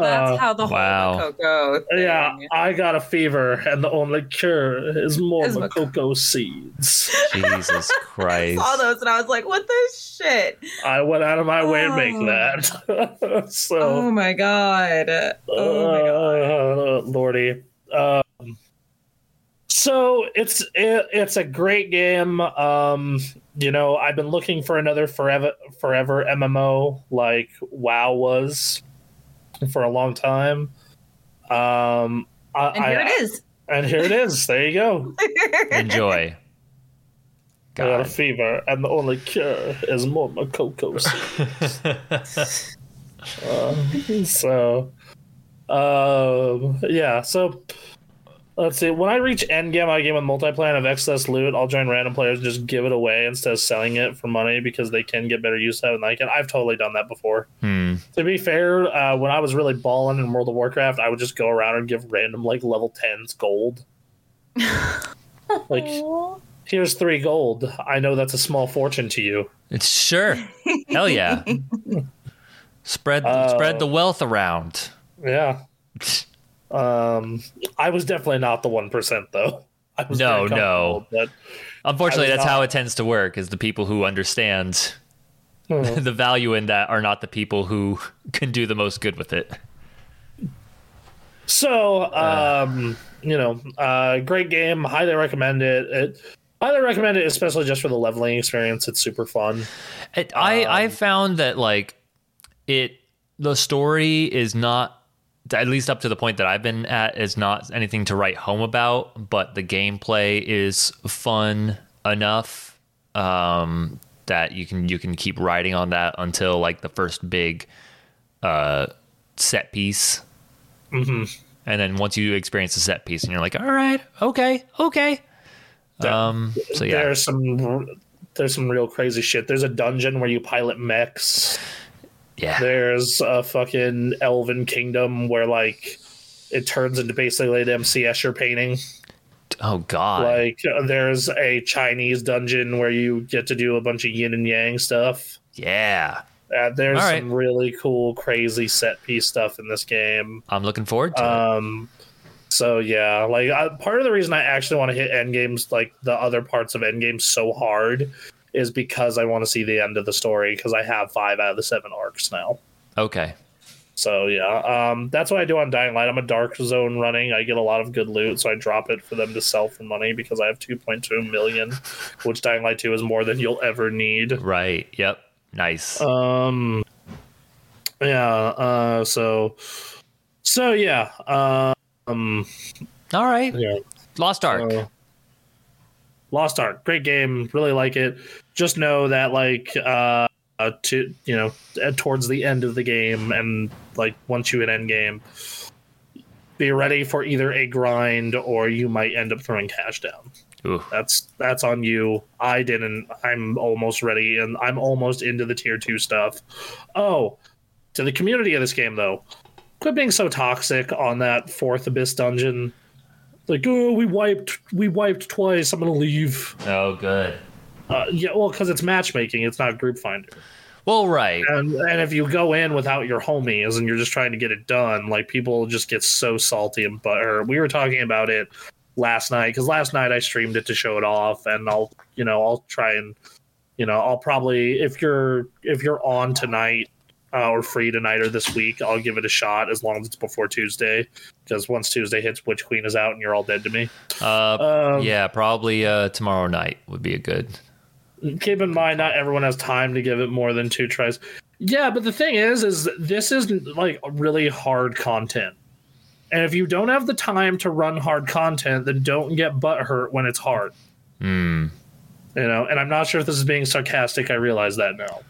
[SPEAKER 2] Uh,
[SPEAKER 5] that's how the
[SPEAKER 1] wow.
[SPEAKER 5] whole Coco. Thing.
[SPEAKER 2] yeah i got a fever and the only cure is more
[SPEAKER 5] Is
[SPEAKER 2] makoko seeds
[SPEAKER 1] Jesus Christ.
[SPEAKER 5] All those, and I was like, "What the shit?"
[SPEAKER 2] i went out of my way to
[SPEAKER 5] Oh.
[SPEAKER 3] Um,
[SPEAKER 2] make that
[SPEAKER 5] Oh
[SPEAKER 2] so
[SPEAKER 5] my god! Oh my god!
[SPEAKER 2] uh, lordy um so it's it, it's a great game um you know i've been looking for another forever forever mmo like wow was for a long time um I,
[SPEAKER 3] And here
[SPEAKER 2] I-
[SPEAKER 3] it is.
[SPEAKER 2] and here it is there you go
[SPEAKER 1] Enjoy.
[SPEAKER 2] i got a
[SPEAKER 1] God.
[SPEAKER 2] fever and the only cure is more makoko seeds. Uh, so um yeah so let's see when i reach end game i game with multiplayer and have excess loot i'll join random players and just give it away instead of selling it for money because they can get better use out of it than i can i've totally done that before
[SPEAKER 1] Hmm.
[SPEAKER 2] To be fair, uh, when I was really balling in World of Warcraft, I would just go around and give random like level tens gold. like, here's three gold. I know that's a small fortune to you.
[SPEAKER 1] It's sure. Hell yeah. Spread
[SPEAKER 2] Oh.
[SPEAKER 1] spread the wealth around.
[SPEAKER 2] Yeah. Um, I was definitely not the one percent though. I was
[SPEAKER 1] No,
[SPEAKER 2] very comfortable, But
[SPEAKER 1] Unfortunately,
[SPEAKER 2] I was
[SPEAKER 1] that's how
[SPEAKER 2] not-
[SPEAKER 1] it tends to work. Is the people who understand
[SPEAKER 2] Hmm.
[SPEAKER 1] the value in that are not the people who can do the most good with it.
[SPEAKER 2] So,
[SPEAKER 1] Ah.
[SPEAKER 2] um, you know, uh, great game. Highly recommend it. it. Highly recommend it, especially just for the leveling experience. It's super fun.
[SPEAKER 1] It, I
[SPEAKER 2] Um,
[SPEAKER 1] I found that like it the story is not at least up to the point that I've been at is not anything to write home about, but the gameplay is fun enough um, that you can you can keep riding on that until like the first big uh, set piece.
[SPEAKER 2] Mm-hmm.
[SPEAKER 1] And then once you experience the set piece, and you're like, "All right, okay, okay." Um. So yeah,
[SPEAKER 2] There's some there's some real crazy shit. There's a dungeon where you pilot mechs.
[SPEAKER 1] yeah.
[SPEAKER 2] There's a fucking elven kingdom where like it turns into basically an MC Escher painting.
[SPEAKER 1] oh God.
[SPEAKER 2] Like there's a Chinese dungeon where you get to do a bunch of yin and yang stuff.
[SPEAKER 1] yeah.
[SPEAKER 2] Uh, there's
[SPEAKER 1] All right.
[SPEAKER 2] some really cool, crazy set piece stuff in this game.
[SPEAKER 1] I'm looking forward to it.
[SPEAKER 2] Um, so yeah, like I, part of the reason I actually want to hit Endgame's like the other parts of Endgame so hard is because I want to see the end of the story because I have five out of the seven arcs now.
[SPEAKER 1] Okay.
[SPEAKER 2] So yeah, um, that's what I do on Dying Light. I'm a Dark Zone running. I get a lot of good loot, so I drop it for them to sell for money because I have 2.2 million, which Dying Light 2 is more than you'll ever need.
[SPEAKER 1] Right. Yep. Nice.
[SPEAKER 2] Um, yeah. Uh, so, so yeah. Uh, um,
[SPEAKER 1] All right.
[SPEAKER 2] yeah.
[SPEAKER 1] Lost Ark.
[SPEAKER 2] Uh, Lost Ark, great game, really like it. Just know that like uh uh, to you know uh, towards the end of the game and like once you hit end game, be ready for either a grind or you might end up throwing cash down.
[SPEAKER 1] Ooh.
[SPEAKER 2] That's that's on you. I didn't. I'm almost ready and I'm almost into the tier two stuff. Oh, to the community of this game though, quit being so toxic on that fourth abyss dungeon. Like, oh, we wiped, we wiped twice. I'm gonna leave.
[SPEAKER 1] Oh, good.
[SPEAKER 2] Uh, yeah, well, because it's matchmaking. It's not group finder.
[SPEAKER 1] Well, right.
[SPEAKER 2] And, and if you go in without your homies and you're just trying to get it done, like people just get so salty and butter. We were talking about it last night because last night I streamed it to show it off, and I'll you know I'll try and you know I'll probably if you're if you're on tonight uh, or free tonight or this week, I'll give it a shot as long as it's before Tuesday because once Tuesday hits, Witch Queen is out and you're all dead to me.
[SPEAKER 1] Uh,
[SPEAKER 2] Um,
[SPEAKER 1] yeah, probably uh, tomorrow night would be a good.
[SPEAKER 2] keep in mind not everyone has time to give it more than two tries yeah but the thing is is this is like really hard content and if you don't have the time to run hard content then don't get butt hurt when it's hard you know and i'm not sure if this is being sarcastic i realize that now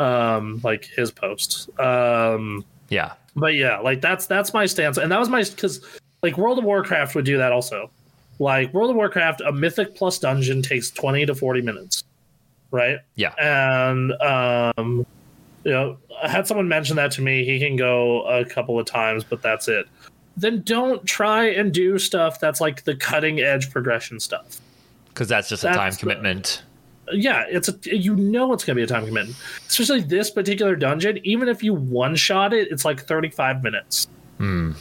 [SPEAKER 2] um like his post um
[SPEAKER 1] Yeah.
[SPEAKER 2] but yeah like that's that's my stance and that was my because like world of warcraft would do that also like world of warcraft a mythic plus dungeon takes 20 to 40 minutes right
[SPEAKER 1] Yeah.
[SPEAKER 2] and um, you know, I had someone mention that to me. He can go a couple of times, but that's it. Then don't try and do stuff that's like the cutting edge progression stuff.
[SPEAKER 1] Because that's just a
[SPEAKER 2] That's
[SPEAKER 1] time
[SPEAKER 2] the-
[SPEAKER 1] commitment.
[SPEAKER 2] Yeah, it's a you know it's gonna be a time commitment, especially this particular dungeon. Even if you one shot it, it's like thirty five minutes. You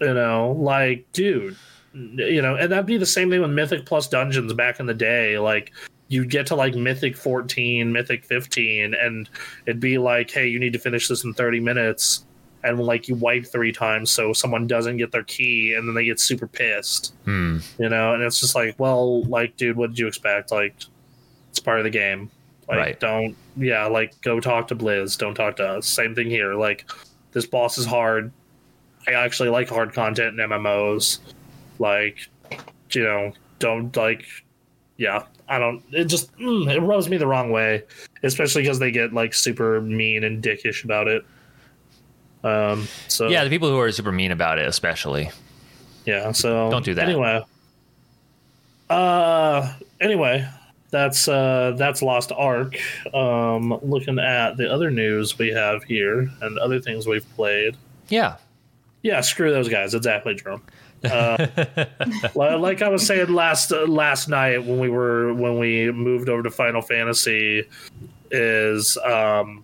[SPEAKER 2] know, like dude, you know, and that'd be the same thing with Mythic Plus dungeons back in the day. Like you'd get to like Mythic 14, Mythic 15, and it'd be like, hey, you need to finish this in 30 minutes. And like you wipe three times so someone doesn't get their key and then they get super pissed. You know, and it's just like, well, like, dude, what did you expect? Like, it's part of the game. Like,
[SPEAKER 1] Right.
[SPEAKER 2] don't, yeah, like, go talk to Blizz. Don't talk to us. Same thing here. Like, this boss is hard. I actually like hard content in MMOs. Like, you know, don't like, yeah, I don't. It just mm, it rubs me the wrong way, especially because they get like super mean and dickish about it. Um. So
[SPEAKER 1] Yeah, the people who are super mean about it, especially.
[SPEAKER 2] yeah. So
[SPEAKER 1] Don't do that.
[SPEAKER 2] Anyway. Uh. Anyway, that's uh that's Lost Ark. Um. Looking at the other news we have here and other things we've played.
[SPEAKER 1] Yeah.
[SPEAKER 2] Yeah, screw those guys. Exactly, Jerome. Uh, li- like I was saying last uh, last night when we were when we moved over to Final Fantasy, is um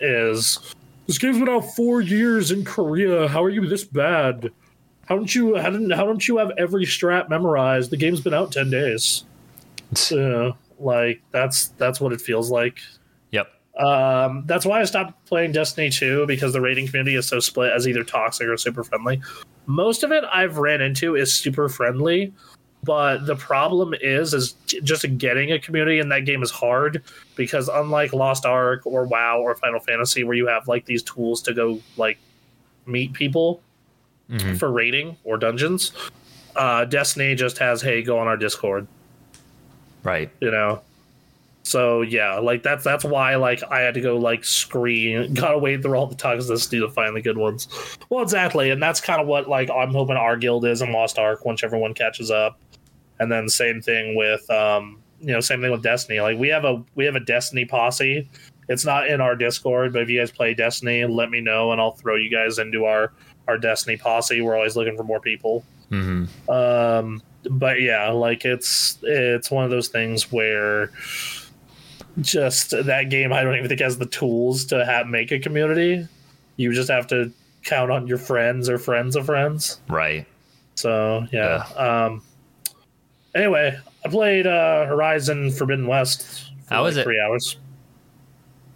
[SPEAKER 2] is this game's been out four years in Korea. How are you this bad? How don't you how didn't how don't you have every strat memorized? The game's been out ten days. So like that's that's what it feels like.
[SPEAKER 1] Yep.
[SPEAKER 2] Um, that's why I stopped playing Destiny 2 because the rating community is so split as either toxic or super friendly. Most of it I've ran into is super friendly, but the problem is is j- just getting a community in that game is hard because unlike Lost Ark or WoW or Final Fantasy where you have like these tools to go like meet people
[SPEAKER 1] Mhm.
[SPEAKER 2] for rating or dungeons, uh, Destiny just has hey go on our Discord
[SPEAKER 1] Right.
[SPEAKER 2] you know so yeah like that's that's why like i had to go like screen gotta wait through all the toxicity to find the good ones well exactly and that's kind of what like i'm hoping our guild is in lost ark once everyone catches up and then same thing with um you know same thing with destiny like we have a we have a destiny posse it's not in our discord but if you guys play destiny let me know and i'll throw you guys into our our destiny posse we're always looking for more people
[SPEAKER 1] hmm
[SPEAKER 2] um but yeah like it's it's one of those things where just that game i don't even think has the tools to have make a community you just have to count on your friends or friends of friends
[SPEAKER 1] Right.
[SPEAKER 2] so yeah, um anyway i played uh horizon forbidden west for
[SPEAKER 1] How
[SPEAKER 2] like
[SPEAKER 1] is it?
[SPEAKER 2] three hours.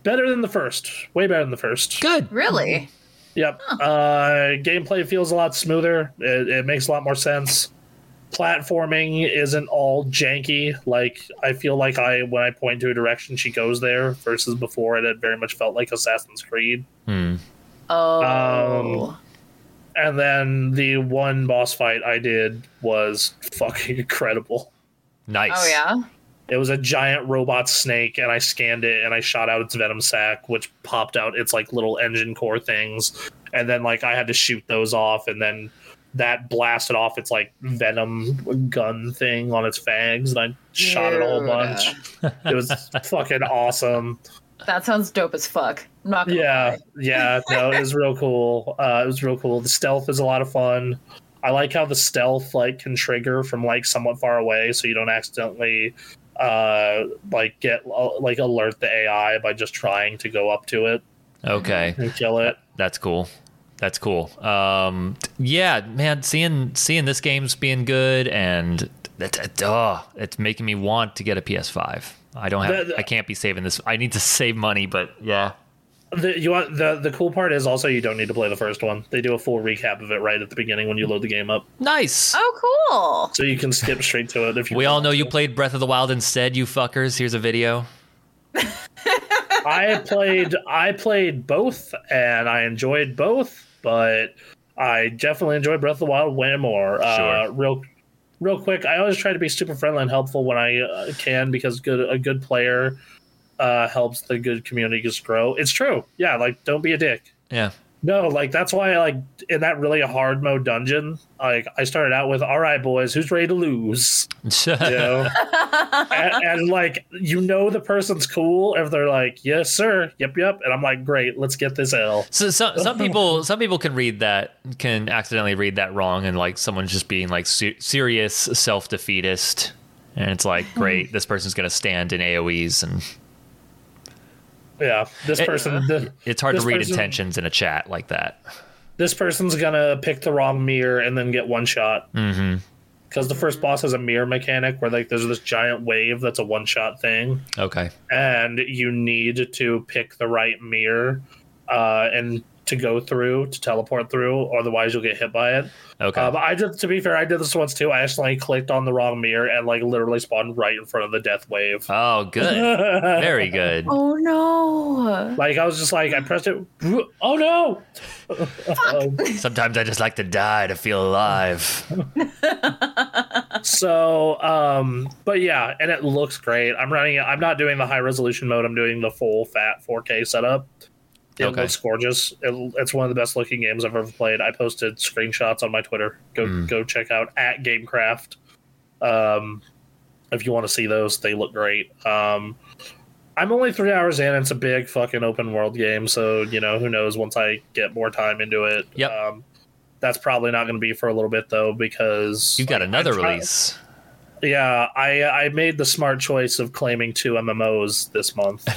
[SPEAKER 2] Better than the first. Way better than the first.
[SPEAKER 1] Good.
[SPEAKER 3] Really?
[SPEAKER 2] Yep. Uh, gameplay feels a lot smoother. It, it makes a lot more sense. Platforming isn't all janky. Like I feel like I when I point to a direction, she goes there. Versus before, it had very much felt like Assassin's Creed.
[SPEAKER 1] Hmm.
[SPEAKER 3] Oh.
[SPEAKER 2] Um, And then the one boss fight I did was fucking incredible.
[SPEAKER 1] Nice.
[SPEAKER 3] oh yeah.
[SPEAKER 2] It was a giant robot snake, and I scanned it and I shot out its venom sac, which popped out its like little engine core things. And then like I had to shoot those off, and then that blasted off its like venom gun thing on its fangs, and I shot it a whole
[SPEAKER 3] Dude.
[SPEAKER 2] bunch. It was fucking awesome.
[SPEAKER 3] That sounds dope as fuck. I'm not gonna
[SPEAKER 2] Yeah,
[SPEAKER 3] lie.
[SPEAKER 2] yeah, no, it was real cool. Uh, it was real cool. The stealth is a lot of fun. I like how the stealth like can trigger from like somewhat far away, so you don't accidentally uh like get uh, like alert the AI by just trying to go up to it
[SPEAKER 1] Okay.
[SPEAKER 2] and kill it.
[SPEAKER 1] That's cool. That's cool. Um, t- yeah, man, seeing seeing this game's being good and that that- duh, it's making me want to get a PS5. I don't have.
[SPEAKER 2] The-
[SPEAKER 1] I can't be saving this. I need to save money, but yeah,
[SPEAKER 2] The, you want the the cool part is also you don't need to play the first one. They do a full recap of it right at the beginning when you load the game up,
[SPEAKER 1] nice.
[SPEAKER 3] Oh, cool.
[SPEAKER 2] so you can skip straight to it if you.
[SPEAKER 1] We all know you
[SPEAKER 2] want
[SPEAKER 1] played Breath of the Wild instead, you fuckers. Here's a video.
[SPEAKER 2] to. I played I played both and I enjoyed both, but I definitely enjoyed Breath of the Wild way more. Uh,
[SPEAKER 1] Sure.
[SPEAKER 2] real real quick, I always try to be super friendly and helpful when I uh, can because good a good player uh, helps the good community just grow. It's true. Yeah, like don't be a dick.
[SPEAKER 1] Yeah.
[SPEAKER 2] No, like that's why like in that really hard mode dungeon, like I started out with all right boys, who's ready to lose? You know? and, and, like you know the person's cool if they're like, Yes, sir, yep, yep, and I'm like, Great, let's get this L.
[SPEAKER 1] So some some people some people can read that can accidentally read that wrong and like someone's just being like se- serious self defeatist and it's like great this person's gonna stand in AOE's and
[SPEAKER 2] Yeah. This
[SPEAKER 1] It-
[SPEAKER 2] person th-
[SPEAKER 1] it's hard
[SPEAKER 2] This
[SPEAKER 1] to read
[SPEAKER 2] person-
[SPEAKER 1] intentions in a chat like that.
[SPEAKER 2] this person's gonna pick the wrong mirror and then get one shot.
[SPEAKER 1] Mhm.
[SPEAKER 2] Because the first boss has a mirror mechanic where like there's this giant wave that's a one shot thing.
[SPEAKER 1] Okay.
[SPEAKER 2] and you need to pick the right mirror uh, and to go through to teleport through otherwise you'll get hit by it
[SPEAKER 1] Okay.
[SPEAKER 2] um, i did to be fair i did this once too i accidentally clicked on the wrong mirror and like literally spawned right in front of the death wave
[SPEAKER 1] oh, good. Very good.
[SPEAKER 3] oh no.
[SPEAKER 2] like i was just like i pressed it oh no Um,
[SPEAKER 1] Sometimes I just like to die to feel alive.
[SPEAKER 2] so um but yeah and it looks great i'm running i'm not doing the high resolution mode i'm doing the full fat 4k setup it
[SPEAKER 1] Okay.
[SPEAKER 2] looks gorgeous it, it's one of the best looking games i've ever played i posted screenshots on my twitter go
[SPEAKER 1] Hmm.
[SPEAKER 2] go check out at gamecraft um if you want to see those they look great um i'm only three hours in it's a big fucking open world game so you know who knows once i get more time into it
[SPEAKER 1] Yep.
[SPEAKER 2] um that's probably not going to be for a little bit though because
[SPEAKER 1] You've got
[SPEAKER 2] like, I
[SPEAKER 1] another
[SPEAKER 2] try-
[SPEAKER 1] release.
[SPEAKER 2] yeah, I I made the smart choice of claiming two MMOs this month.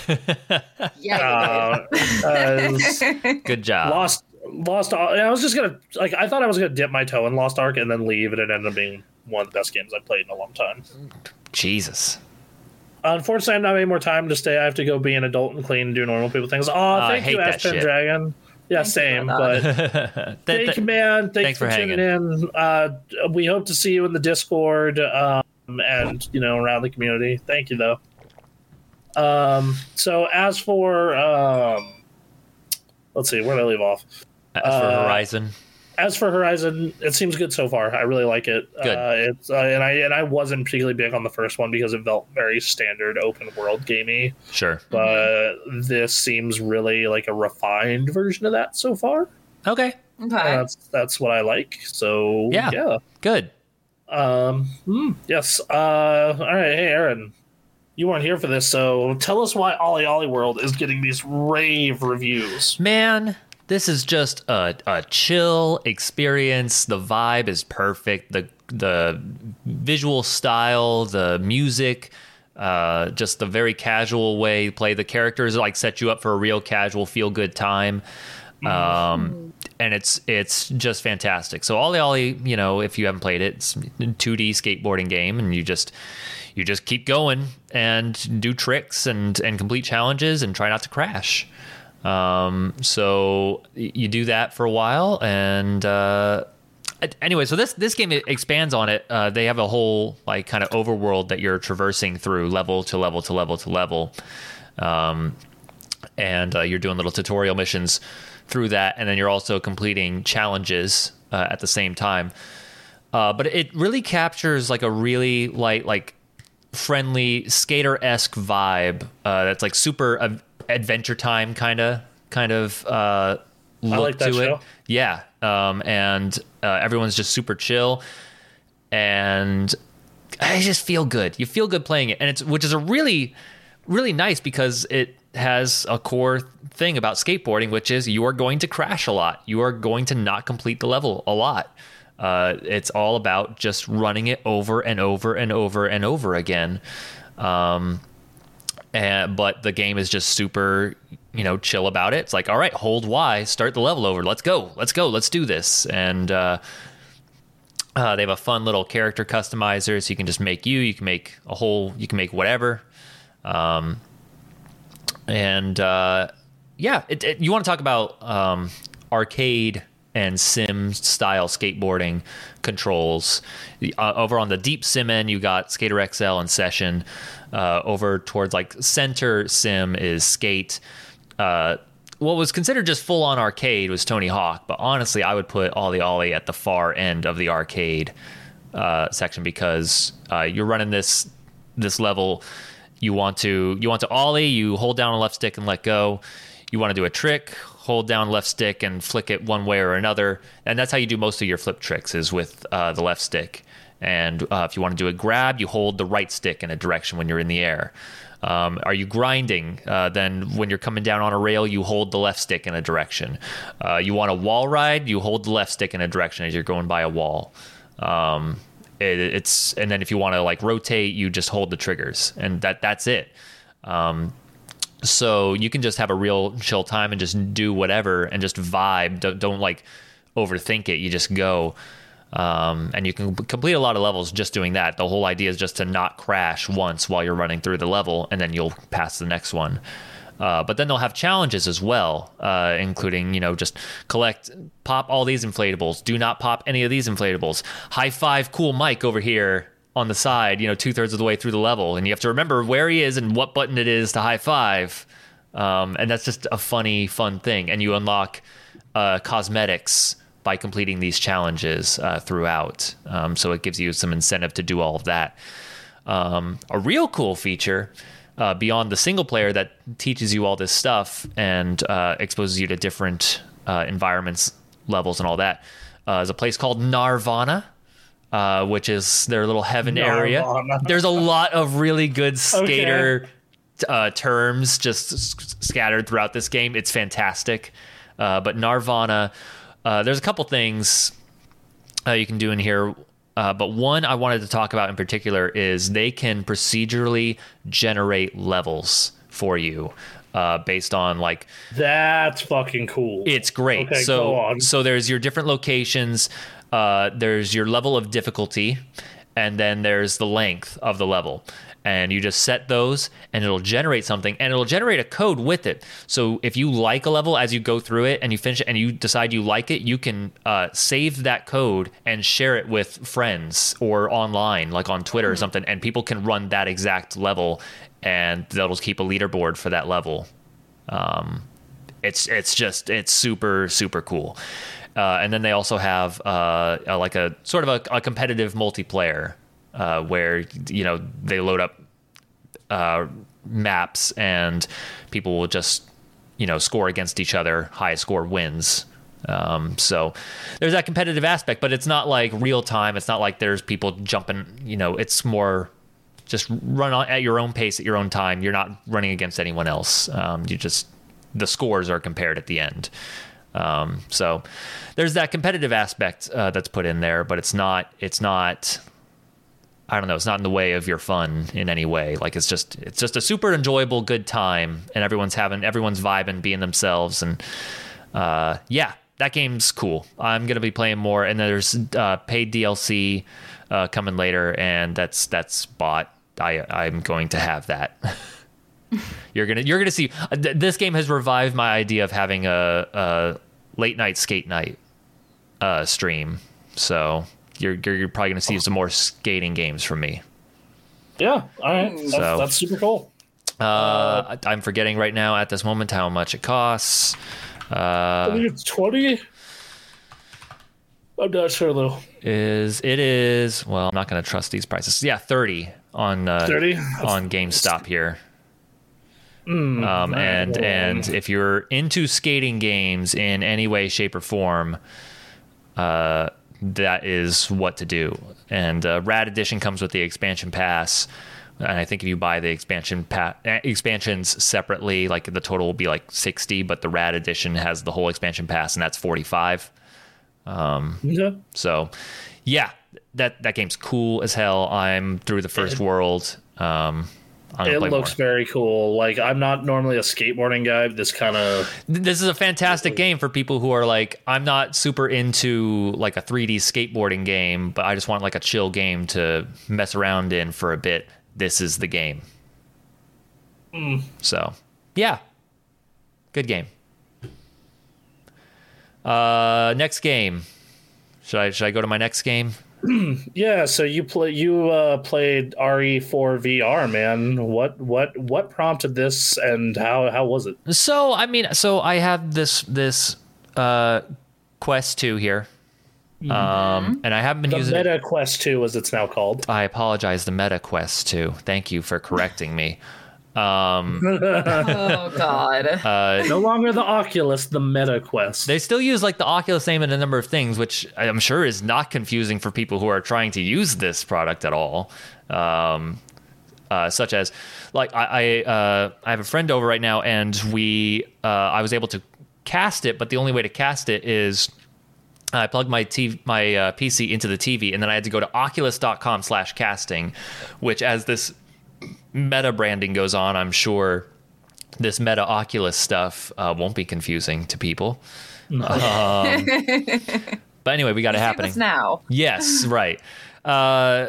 [SPEAKER 3] Yeah.
[SPEAKER 2] Uh, as
[SPEAKER 3] you did.
[SPEAKER 1] Good job.
[SPEAKER 2] Lost Lost Ark. and I was just gonna like I thought I was gonna dip my toe in Lost Ark and then leave, and it ended up being one of the best games I played in a long time.
[SPEAKER 1] Jesus.
[SPEAKER 2] Unfortunately, I'm not any more time to stay. I have to go be an adult and clean and do normal people things. Oh,
[SPEAKER 1] I
[SPEAKER 2] thank you,
[SPEAKER 1] hate that
[SPEAKER 2] Ashton
[SPEAKER 1] shit.
[SPEAKER 2] Dragon. Yeah, same.
[SPEAKER 3] for
[SPEAKER 2] But
[SPEAKER 1] That-
[SPEAKER 2] thank
[SPEAKER 1] that-
[SPEAKER 2] you, man.
[SPEAKER 1] thanks
[SPEAKER 2] Thanks,
[SPEAKER 1] for
[SPEAKER 2] for, tuning in. Uh, we hope to see you in the Discord um, and you know around the community. Thank you though. Um, so as for um, let's see, where did I leave off?
[SPEAKER 1] As for
[SPEAKER 2] uh,
[SPEAKER 1] Horizon.
[SPEAKER 2] As for Horizon, it seems good so far. I really like it.
[SPEAKER 1] Good.
[SPEAKER 2] Uh, it's uh, and I and I wasn't particularly big on the first one because it felt very standard open world gamey,
[SPEAKER 1] Sure.
[SPEAKER 2] but this seems really like a refined version of that so far.
[SPEAKER 1] Okay.
[SPEAKER 2] And
[SPEAKER 3] okay.
[SPEAKER 2] that's that's what I like. So
[SPEAKER 1] Yeah.
[SPEAKER 2] yeah.
[SPEAKER 1] Good.
[SPEAKER 2] Um, hmm, yes. Uh, all right. Hey, Aaron, you weren't here for this, so tell us why Ollie Ollie World is getting these rave reviews.
[SPEAKER 1] Man, this is just a, a chill experience. The vibe is perfect. The the visual style, the music, uh, just the very casual way you play the characters like set you up for a real casual feel good time. Um, and it's it's just fantastic. So Ollie Ollie, you know, if you haven't played it, it's a 2D skateboarding game, and you just you just keep going and do tricks and and complete challenges and try not to crash. Um, so y- you do that for a while, and uh, a- anyway, so this this game expands on it. Uh, they have a whole like kind of overworld that you're traversing through, level to level to level to level, um, and uh, you're doing little tutorial missions through that, and then you're also completing challenges uh, at the same time. Uh, but it really captures like a really light like friendly skater esque vibe. Uh, that's like super uh, Adventure Time kind of kind of uh, look
[SPEAKER 2] like that
[SPEAKER 1] to it.
[SPEAKER 2] show.
[SPEAKER 1] Yeah, um, and uh, everyone's just super chill, and I just feel good. You feel good playing it, and it's which is a really really nice because it has a core thing about skateboarding, which is you are going to crash a lot. You are going to not complete the level a lot. Uh, it's all about just running it over and over and over and over again. Um, and, but the game is just super, you know, chill about it. It's like, all right, hold Y, start the level over. Let's go. Let's go. Let's do this. And uh, uh, they have a fun little character customizer, so you can just make you. You can make a whole. You can make whatever Um, and uh, yeah, it, it- you want to talk about um, arcade and sim style skateboarding controls. The- Uh, over on the deep sim end, you got Skater XL and Session. Uh, over towards like center sim is Skate. Uh, what was considered just full on arcade was Tony Hawk, but honestly, I would put Ollie Ollie at the far end of the arcade uh, section because uh, you're running this this level. You want to you want to ollie. You hold down a left stick and let go. You want to do a trick. Hold down left stick and flick it one way or another. And that's how you do most of your flip tricks is with uh, the left stick. And uh, if you want to do a grab, you hold the right stick in a direction when you're in the air. Um, are you grinding? Uh, then when you're coming down on a rail, you hold the left stick in a direction. Uh, you want a wall ride? You hold the left stick in a direction as you're going by a wall um, it, it's and then if you want to like rotate you just hold the triggers and that that's it um, so you can just have a real chill time and just do whatever and just vibe don't, don't like overthink it you just go um, and you can complete a lot of levels just doing that the whole idea is just to not crash once while you're running through the level and then you'll pass the next one uh, but then they'll have challenges as well, uh, including you know just collect, pop all these inflatables. Do not pop any of these inflatables. High five, cool Mike over here on the side. You know, two thirds of the way through the level, and you have to remember where he is and what button it is to high five. Um, and that's just a funny, fun thing. And you unlock uh, cosmetics by completing these challenges uh, throughout. Um, so it gives you some incentive to do all of that. Um, a real cool feature uh, beyond the single player that teaches you all this stuff and uh, exposes you to different uh, environments, levels, and all that uh, is a place called Narvana. Uh, which is their little heaven area.
[SPEAKER 2] Narvana.
[SPEAKER 1] There's a lot of really good skater uh, terms just s- scattered throughout this game. It's fantastic. Uh, but Narvana, uh, there's a couple things uh, you can do in here. Uh, but one I wanted to talk about in particular is they can procedurally generate levels for you uh, based on like
[SPEAKER 2] That's fucking cool.
[SPEAKER 1] it's great.
[SPEAKER 2] Okay,
[SPEAKER 1] so
[SPEAKER 2] go on.
[SPEAKER 1] so there's your different locations. Uh, there's your level of difficulty, and then there's the length of the level. And you just set those, and it'll generate something, and it'll generate a code with it. So if you like a level as you go through it, and you finish it, and you decide you like it, you can uh, save that code and share it with friends or online, like on Twitter or
[SPEAKER 2] Hmm.
[SPEAKER 1] something, and people can run that exact level, and that'll keep a leaderboard for that level it's it's just it's super super cool. Uh, and then they also have uh, a, like a sort of a, a competitive multiplayer uh, where you know they load up uh, maps and people will just you know score against each other. Highest score wins. Um, so there's that competitive aspect, but it's not like real time. It's not like there's people jumping. You know, it's more just run on, at your own pace at your own time. You're not running against anyone else. Um, you just the scores are compared at the end. Um, so there's that competitive aspect uh, that's put in there, but it's not it's not I don't know, it's not in the way of your fun in any way. Like it's just it's just a super enjoyable good time and everyone's having everyone's vibing being themselves and uh, yeah, that game's cool. I'm gonna be playing more, and there's uh, paid DLC uh, coming later, and that's that's bought. I I'm going to have that. you're gonna you're gonna see. uh, th- This game has revived my idea of having a, a late night skate night uh, stream. So you're you're you're probably gonna see some more skating games from me.
[SPEAKER 2] Yeah, all right. That's,
[SPEAKER 1] So-
[SPEAKER 2] that's super cool.
[SPEAKER 1] Uh, I- I'm forgetting right now at this moment how much it costs. uh,
[SPEAKER 2] I think it's 20. I'm not sure, though.
[SPEAKER 1] Is it is well? I'm not going to trust these prices. Yeah, thirty on uh,
[SPEAKER 2] 30?
[SPEAKER 1] on GameStop here.
[SPEAKER 2] Hmm,
[SPEAKER 1] um, and and if you're into skating games in any way, shape, or form, uh, that is what to do. And uh, Rad Edition comes with the expansion pass, and I think if you buy the expansion pa- eh, expansions separately, like the total will be like sixty, but the Rad Edition has the whole expansion pass, and that's forty five.
[SPEAKER 2] Yeah.
[SPEAKER 1] So, yeah, that that game's cool as hell. I'm through the first world. Um, I'm gonna
[SPEAKER 2] It
[SPEAKER 1] play
[SPEAKER 2] looks
[SPEAKER 1] more.
[SPEAKER 2] very cool. Like, I'm not normally a skateboarding guy, but this kind of.
[SPEAKER 1] This is a fantastic game for people who are like, I'm not super into like a 3D skateboarding game, but I just want like a chill game to mess around in for a bit. This is the game.
[SPEAKER 2] Hmm.
[SPEAKER 1] So, yeah, good game. Uh, next game. Should I should I go to my next game?
[SPEAKER 2] Yeah, so you play you uh, played E RE4 VR, man. What what what prompted this, and how how was it?
[SPEAKER 1] So I mean, so I have this this uh, Quest Two here, um, and I haven't been
[SPEAKER 2] Mm-hmm. The
[SPEAKER 1] using. it.
[SPEAKER 2] Meta Quest Two, as it's now called.
[SPEAKER 1] I apologize, the Meta Quest Two. Thank you for correcting me.
[SPEAKER 3] Oh God.
[SPEAKER 1] Uh,
[SPEAKER 2] No longer the Oculus, the Meta Quest.
[SPEAKER 1] They still use like the Oculus name and a number of things, which I'm sure is not confusing for people who are trying to use this product at all. Um, uh, such as, like I I, uh, I have a friend over right now, and we uh, I was able to cast it, but the only way to cast it is I plugged my TV, my uh, PC into the TV, and then I had to go to Oculus.com/casting, which as this meta branding goes on, I'm sure this meta Oculus stuff uh, won't be confusing to people. Um, but anyway, we got it happening.
[SPEAKER 3] It's now.
[SPEAKER 1] Yes, right. Uh,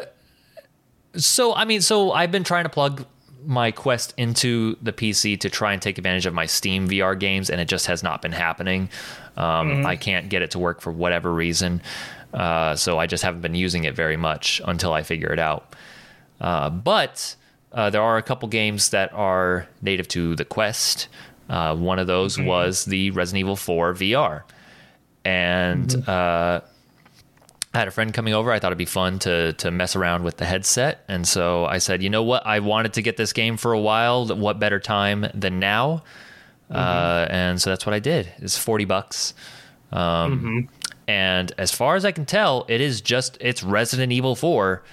[SPEAKER 1] so I mean, so I've been trying to plug my Quest into the PC to try and take advantage of my Steam VR games, and it just has not been happening. Um, I can't get it to work for whatever reason, uh, so I just haven't been using it very much until I figure it out. Uh, but uh, there are a couple games that are native to the Quest. Uh, one of those was the Resident Evil 4 VR, and uh, I had a friend coming over. I thought it'd be fun to to mess around with the headset, and so I said, you know what? I wanted to get this game for a while. What better time than now? Uh, and so that's what I did. It's forty bucks, um, and as far as I can tell, it is just it's Resident Evil Four,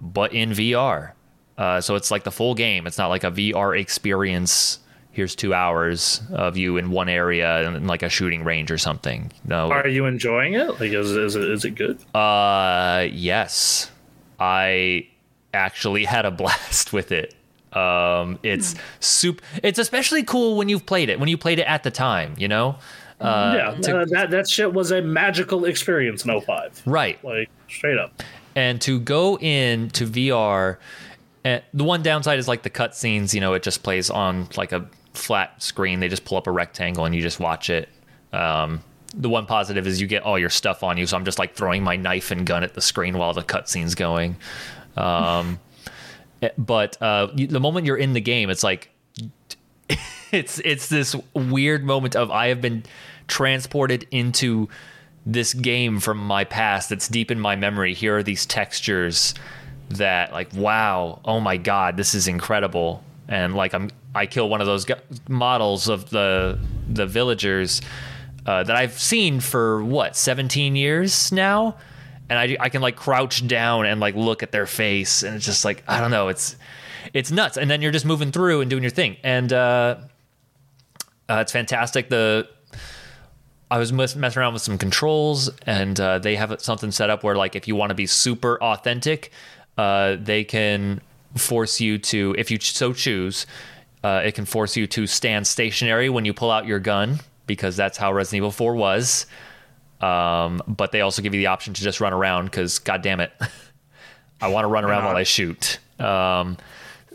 [SPEAKER 1] but in VR. Uh, so it's like the full game. It's not like a VR experience. Here's two hours of you in one area and like a shooting range or something. No,
[SPEAKER 2] Are you enjoying it? Like, is is it, is it good?
[SPEAKER 1] uh, yes, I actually had a blast with it. Um, it's soup. It's especially cool when you've played it. When you played it at the time, you know. Uh,
[SPEAKER 2] yeah, uh, that that shit was a magical experience in 05.
[SPEAKER 1] Right.
[SPEAKER 2] Like straight up.
[SPEAKER 1] and to go in to VR, and the one downside is like the cutscenes. You know, it just plays on like a flat screen. They just pull up a rectangle and you just watch it. Um, the one positive is you get all your stuff on you, so I'm just like throwing my knife and gun at the screen while the cutscene's going. Um, eh, but uh, you- the moment you're in the game, it's like it's it's this weird moment of I have been transported into this game from my past that's deep in my memory. Here are these textures that like wow, oh my god, this is incredible. And like I'm I kill one of those gu- models of the the villagers uh, that I've seen for what 17 years now. And I, I can like crouch down and like look at their face and it's just like I don't know it's it's nuts and then you're just moving through and doing your thing and uh, uh, it's fantastic. The I was mess- messing around with some controls, and uh, they have it- something set up where, like, if you want to be super authentic, uh, they can force you to, if you so choose, uh, it can force you to stand stationary when you pull out your gun because that's how Resident Evil 4 was. Um, but they also give you the option to just run around because, god damn it, I want to run around while I shoot, um,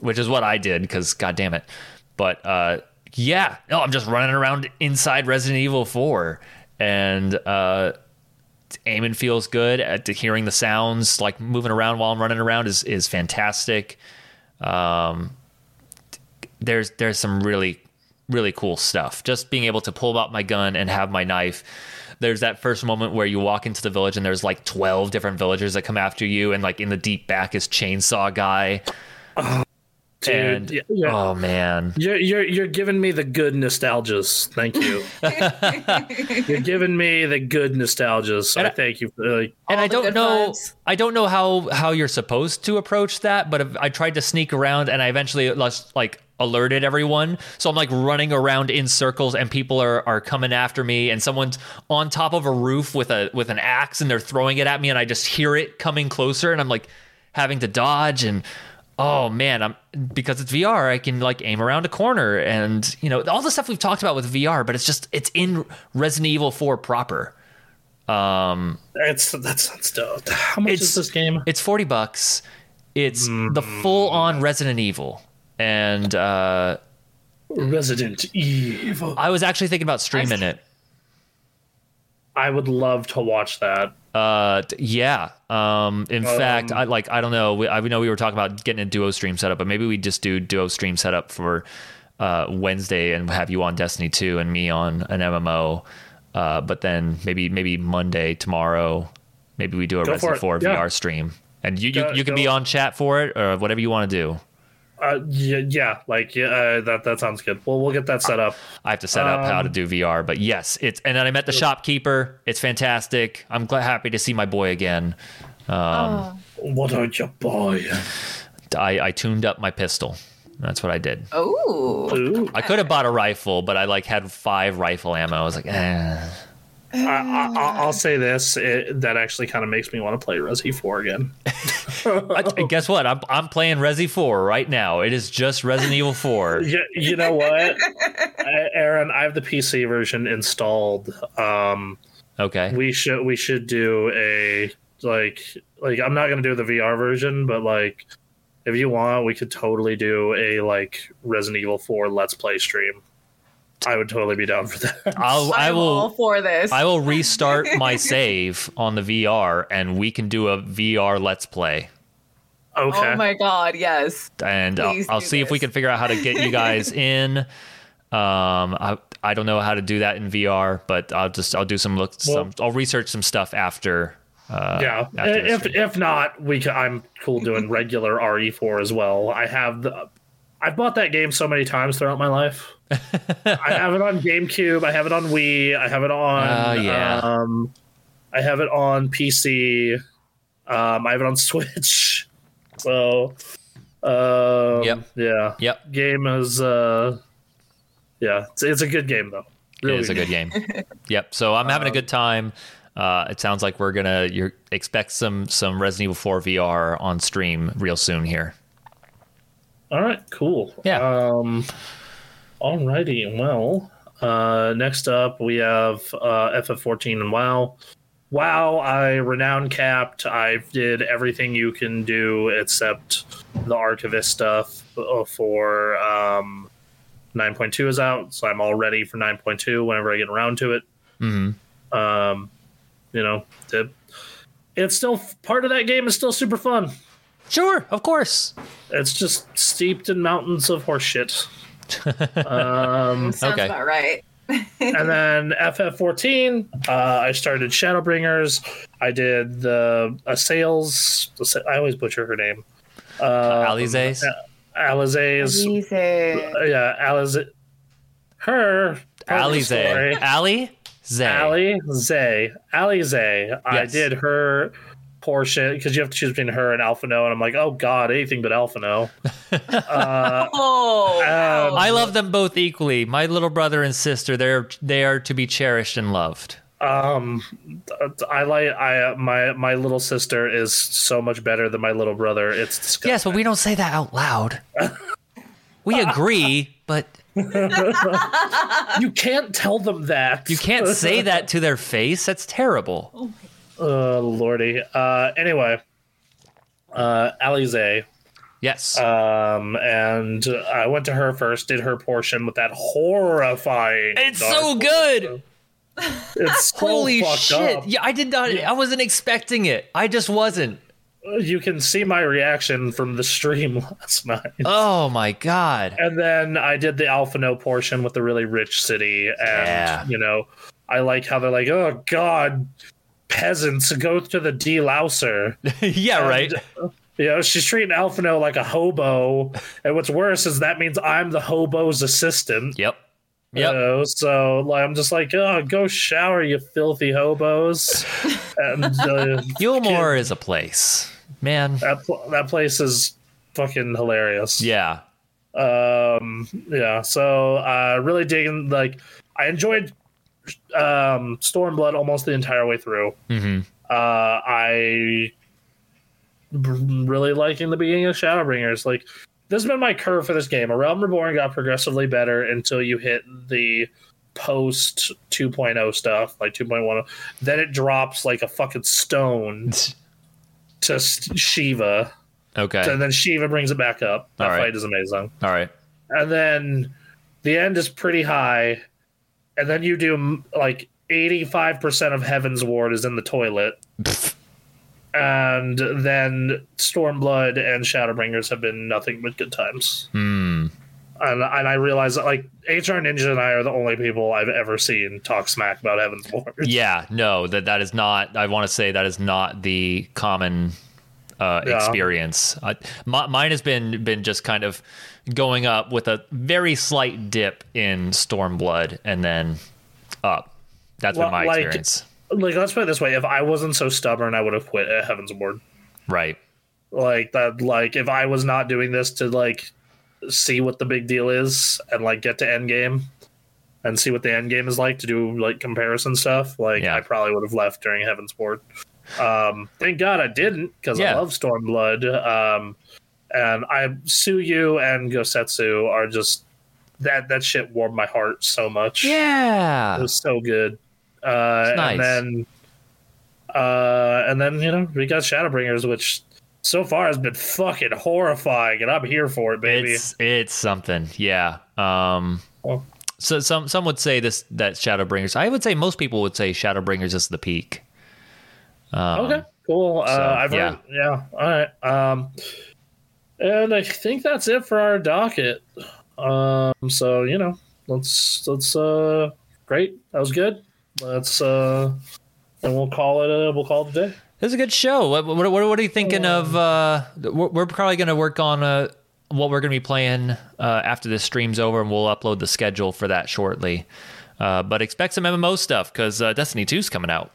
[SPEAKER 1] which is what I did because, god damn it. But uh, yeah, no, I'm just running around inside Resident Evil 4, and uh, aiming feels good. At hearing the sounds, like moving around while I'm running around, is is fantastic. Um, there's there's some really really cool stuff. Just being able to pull out my gun and have my knife. There's that first moment where you walk into the village and there's like 12 different villagers that come after you, and like in the deep back is Chainsaw Guy.
[SPEAKER 2] Dude,
[SPEAKER 1] and
[SPEAKER 2] yeah, yeah.
[SPEAKER 1] oh man,
[SPEAKER 2] You're, you're you're giving me the good nostalgias. Thank you. you're giving me the good nostalgias. So
[SPEAKER 1] And
[SPEAKER 2] I
[SPEAKER 1] I-
[SPEAKER 2] thank you. For, like,
[SPEAKER 1] and
[SPEAKER 3] All
[SPEAKER 1] I
[SPEAKER 3] the
[SPEAKER 1] don't
[SPEAKER 3] good
[SPEAKER 1] know,
[SPEAKER 3] vibes.
[SPEAKER 1] I don't know how how you're supposed to approach that, but if- I tried to sneak around, and I eventually lus- like alerted everyone. So I'm like running around in circles, and people are are coming after me, and someone's on top of a roof with a with an axe, and they're throwing it at me, and I just hear it coming closer, and I'm like having to dodge and. Oh man, I'm because it's VR, I can like aim around a corner and you know, all the stuff we've talked about with VR, but it's just it's in Resident Evil 4 proper.
[SPEAKER 2] it's that sounds dope. How much
[SPEAKER 1] It's-
[SPEAKER 2] is this game?
[SPEAKER 1] It's 40 bucks. It's the
[SPEAKER 2] Mm.
[SPEAKER 1] full on Resident Evil. And uh,
[SPEAKER 2] Resident Evil.
[SPEAKER 1] I was actually thinking about streaming it.
[SPEAKER 2] I would love to watch that.
[SPEAKER 1] Uh, t- yeah. Um, in fact, I like I don't know. We, I know we were talking about getting a duo stream setup, but maybe we just do duo stream setup for uh, Wednesday and have you on Destiny Two and me on an MMO. Uh, but then maybe maybe Monday tomorrow, maybe we do a
[SPEAKER 2] Go for
[SPEAKER 1] Resident
[SPEAKER 2] it.
[SPEAKER 1] Four
[SPEAKER 2] Yeah.
[SPEAKER 1] VR stream, and you you,
[SPEAKER 2] Go-
[SPEAKER 1] you can
[SPEAKER 2] go.
[SPEAKER 1] be on chat for it or whatever you want to do.
[SPEAKER 2] Uh, yeah, yeah, like yeah, uh, that that sounds good. Well, we'll get that set up.
[SPEAKER 1] I have to set up how to do VR, but yes, it's and then I met the shopkeeper. It's fantastic. I'm glad, happy to see my boy again.
[SPEAKER 2] What don't you buy?
[SPEAKER 1] I, I tuned up my pistol. That's what I did.
[SPEAKER 3] Oh,
[SPEAKER 2] Ooh,
[SPEAKER 1] I could have bought a rifle, but I like had five rifle ammo. I was like, eh.
[SPEAKER 2] I, I, I- I'll say this: it, that actually kind of makes me want to play Resi Four again.
[SPEAKER 1] I, guess what? I'm I'm playing Resi Four right now. It is just Resident Evil Four.
[SPEAKER 2] Yeah, you know what, I, Aaron? I have the PC version installed. Um,
[SPEAKER 1] Okay.
[SPEAKER 2] we should we should do a like like I'm not gonna do the VR version, but like if you want, we could totally do a like Resident Evil Four Let's Play stream. I would totally be down for that.
[SPEAKER 1] I'll I
[SPEAKER 3] I'm all
[SPEAKER 1] will
[SPEAKER 3] for this.
[SPEAKER 1] I will restart my save on the VR, and we can do a VR Let's Play.
[SPEAKER 2] Okay.
[SPEAKER 3] Oh my god, yes.
[SPEAKER 1] and I'll,
[SPEAKER 3] Please
[SPEAKER 1] I'll
[SPEAKER 3] do
[SPEAKER 1] see if we
[SPEAKER 3] this.
[SPEAKER 1] can figure out how to get you guys in. Um, I I don't know how to do that in VR, but I'll just I'll do some look some I'll research some stuff after. Uh,
[SPEAKER 2] yeah.
[SPEAKER 1] after this
[SPEAKER 2] If
[SPEAKER 1] stream.
[SPEAKER 2] if not, we can, I'm cool doing regular RE4 as well. I have the I've bought that game so many times throughout my life. I have it on GameCube. I have it on Wii. I have it on.
[SPEAKER 1] Oh, yeah.
[SPEAKER 2] Um, I have it on PC. Um, I have it on Switch. So, um,
[SPEAKER 1] Yep.
[SPEAKER 2] yeah,
[SPEAKER 1] Yep.
[SPEAKER 2] Game is, uh, yeah, it's, it's a good game though.
[SPEAKER 1] it is a good game. yep. So I'm having a good time. Uh, it sounds like we're gonna you expect some some Resident Evil 4 VR on stream real soon here.
[SPEAKER 2] All right, cool.
[SPEAKER 1] Yeah.
[SPEAKER 2] Um, alrighty. Well, uh, next up we have uh, FF14 and WoW. WoW, I renown capped. I did everything you can do except the archivist stuff uh, for um, 9.2 is out, so I'm all ready for 9.2 whenever I get around to it.
[SPEAKER 1] Mhm.
[SPEAKER 2] Um, you know, it, it's still part of that game is still super fun.
[SPEAKER 1] Sure, of course.
[SPEAKER 2] It's just steeped in mountains of horseshit. um,
[SPEAKER 3] Sounds
[SPEAKER 1] Okay.
[SPEAKER 3] about right.
[SPEAKER 2] and then FF14, uh, I started Shadowbringers. I did the uh, sales. I always butcher her name. Uh,
[SPEAKER 1] Um, Alize's.
[SPEAKER 2] Alize's.
[SPEAKER 3] Jesus.
[SPEAKER 2] Yeah, Alize. Her.
[SPEAKER 1] Alize.
[SPEAKER 2] story.
[SPEAKER 1] Alize.
[SPEAKER 2] Ali Zay. Ali Zay. I
[SPEAKER 1] Yes.
[SPEAKER 2] did her portion because you have to choose between her and Alpha No, and I'm like, oh god, anything but Alpha No.
[SPEAKER 5] Oh,
[SPEAKER 2] Um,
[SPEAKER 1] I love them both equally. My little brother and sister, they're they are to be cherished and loved.
[SPEAKER 2] Um, I like I uh, my my little sister is so much better than my little brother. It's disgusting.
[SPEAKER 1] Yes, but we don't say that out loud. We agree, but
[SPEAKER 2] You can't tell them that.
[SPEAKER 1] you can't say that to their face. That's terrible.
[SPEAKER 2] Oh, lordy. Uh, anyway, uh, Alize,
[SPEAKER 1] Yes.
[SPEAKER 2] um, and I went to her first, did her portion with that horrifying.
[SPEAKER 1] it's
[SPEAKER 2] dark-
[SPEAKER 1] so good.
[SPEAKER 2] It's so
[SPEAKER 1] Holy
[SPEAKER 2] fucked
[SPEAKER 1] shit.
[SPEAKER 2] up.
[SPEAKER 1] Yeah, I did not I wasn't expecting it. I just wasn't.
[SPEAKER 2] You can see my reaction from the stream last night.
[SPEAKER 1] Oh my god.
[SPEAKER 2] and then I did the Alpha No portion with the really rich city, and
[SPEAKER 1] Yeah.
[SPEAKER 2] you know, I like how they're like, "Oh God, peasants go to the delouser."
[SPEAKER 1] yeah, right.
[SPEAKER 2] uh, you know, she's treating Alpha No like a hobo, and what's worse is that means I'm the hobo's assistant.
[SPEAKER 1] Yep.
[SPEAKER 2] you
[SPEAKER 1] Yep.
[SPEAKER 2] know, so like, I'm just like, "Oh, go shower, you filthy hobos," and uh,
[SPEAKER 1] Gilmore is a place. Man.
[SPEAKER 2] that pl- that place is fucking hilarious.
[SPEAKER 1] Yeah.
[SPEAKER 2] um yeah so uh really digging like i enjoyed um stormblood almost the entire way through
[SPEAKER 1] Mhm.
[SPEAKER 2] uh i b- really liking the beginning of shadowbringers like this has been my curve for this game a realm reborn got progressively better until you hit the post 2.0 stuff like 2.1 oh. then it drops like a fucking stone to S- shiva
[SPEAKER 1] Okay.
[SPEAKER 2] and then shiva brings it back up that
[SPEAKER 1] All right.
[SPEAKER 2] fight is amazing
[SPEAKER 1] All right.
[SPEAKER 2] and then the end is pretty high and then you do mm, like 85% of heaven's ward is in the toilet and then stormblood and shadowbringers have been nothing but good times
[SPEAKER 1] Hmm.
[SPEAKER 2] and, and i realize that like hr ninja and i are the only people i've ever seen talk smack about heaven's ward
[SPEAKER 1] Yeah, no, that that is not I want to say that is not the common uh,
[SPEAKER 2] Yeah.
[SPEAKER 1] experience. I, my, mine has been been just kind of going up with a very slight dip in Stormblood and then up. That's
[SPEAKER 2] Well,
[SPEAKER 1] been my
[SPEAKER 2] like-
[SPEAKER 1] experience.
[SPEAKER 2] like let's put it this way if i wasn't so stubborn i would have quit at heaven's ward
[SPEAKER 1] Right.
[SPEAKER 2] like that like if i was not doing this to like see what the big deal is and like get to end game and see what the end game is like to do like comparison stuff like
[SPEAKER 1] Yeah.
[SPEAKER 2] i probably would have left during heaven's ward um thank god i didn't because
[SPEAKER 1] Yeah.
[SPEAKER 2] i love stormblood um and i suyu and gosetsu are just that that shit warmed my heart so much it
[SPEAKER 1] Yeah.
[SPEAKER 2] was so good. Uh,
[SPEAKER 1] It's nice.
[SPEAKER 2] And then, uh, and then you know we got Shadowbringers, which so far has been fucking horrifying, and I'm here for it, baby.
[SPEAKER 1] It's it's something. Yeah. Um
[SPEAKER 2] Oh.
[SPEAKER 1] so some some would say this that Shadowbringers. I would say most people would say Shadowbringers is the peak. Um,
[SPEAKER 2] okay, cool.
[SPEAKER 1] so,
[SPEAKER 2] uh, I've
[SPEAKER 1] yeah.
[SPEAKER 2] heard, yeah. All right. Um, and I think that's it for our docket. Um, so you know, let's let's uh, great. That was good. Let's uh, and we'll call it. A, we'll call it a day.
[SPEAKER 1] This is a good show. What what, what are you thinking of? Uh, we're, we're probably going to work on uh, what we're going to be playing uh, after this stream's over, and we'll upload the schedule for that shortly. Uh, but expect some MMO stuff because uh, Destiny 2's coming out.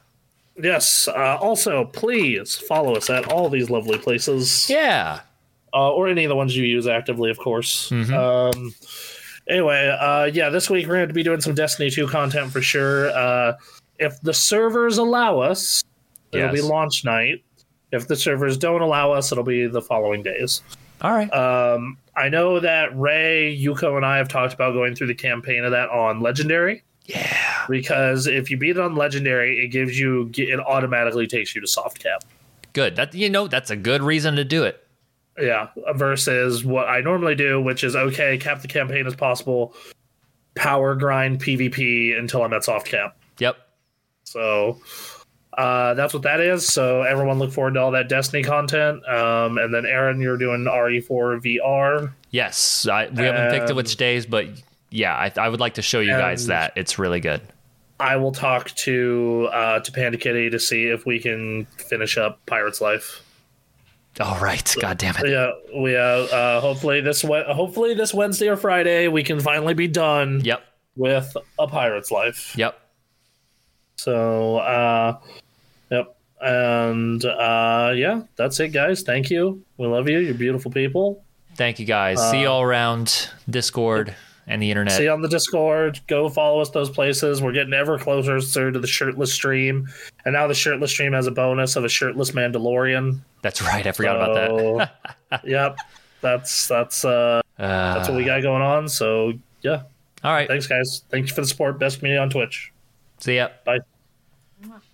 [SPEAKER 2] Yes. Uh, also, please follow us at all these lovely places.
[SPEAKER 1] Yeah.
[SPEAKER 2] uh, or any of the ones you use actively, of course. Um, anyway, uh, yeah, this week we're going to be doing some Destiny 2 content for sure. Uh, if the servers allow us, it'll be
[SPEAKER 1] Yes.
[SPEAKER 2] launch night. If the servers don't allow us, it'll be the following days.
[SPEAKER 1] All right.
[SPEAKER 2] Um, I know that Ray, Yuko, and I have talked about going through the campaign of that on Legendary. Yeah. Because if you beat it on Legendary, it gives you, it automatically takes you to soft cap.
[SPEAKER 1] good. That you know that's a good reason to do it.
[SPEAKER 2] Yeah, versus what I normally do, which is okay, cap the campaign as possible, power grind PvP until I'm at soft cap.
[SPEAKER 1] Yep.
[SPEAKER 2] So uh, that's what that is. So everyone look forward to all that Destiny content. Um, and then Aaron, you're doing E RE4 VR.
[SPEAKER 1] Yes. I, we haven't picked it which days, but yeah, I, I would like to show you guys
[SPEAKER 2] And-
[SPEAKER 1] that. It's really good.
[SPEAKER 2] I will talk to uh, to Panda Kitty to see if we can finish up Pirate's Life.
[SPEAKER 1] All right. God damn it.
[SPEAKER 2] Yeah, we uh, uh, hopefully this we- hopefully this Wednesday or Friday we can finally be done
[SPEAKER 1] Yep.
[SPEAKER 2] with a Pirate's Life.
[SPEAKER 1] Yep.
[SPEAKER 2] So, uh, yep. And uh, yeah, that's it, guys. Thank you. We love you. You're beautiful people.
[SPEAKER 1] Thank you guys. See you all around Discord and the internet.
[SPEAKER 2] See you on the Discord. Go follow us those places. We're getting ever closer to the shirtless stream. And now the shirtless stream has a bonus of a shirtless Mandalorian.
[SPEAKER 1] That's right. I forgot about that.
[SPEAKER 2] So, yep. That's that's uh That's what we got going on. So yeah,
[SPEAKER 1] All right.
[SPEAKER 2] thanks guys. Thanks for the support. Best community on Twitch.
[SPEAKER 1] See ya.
[SPEAKER 2] Bye.
[SPEAKER 1] All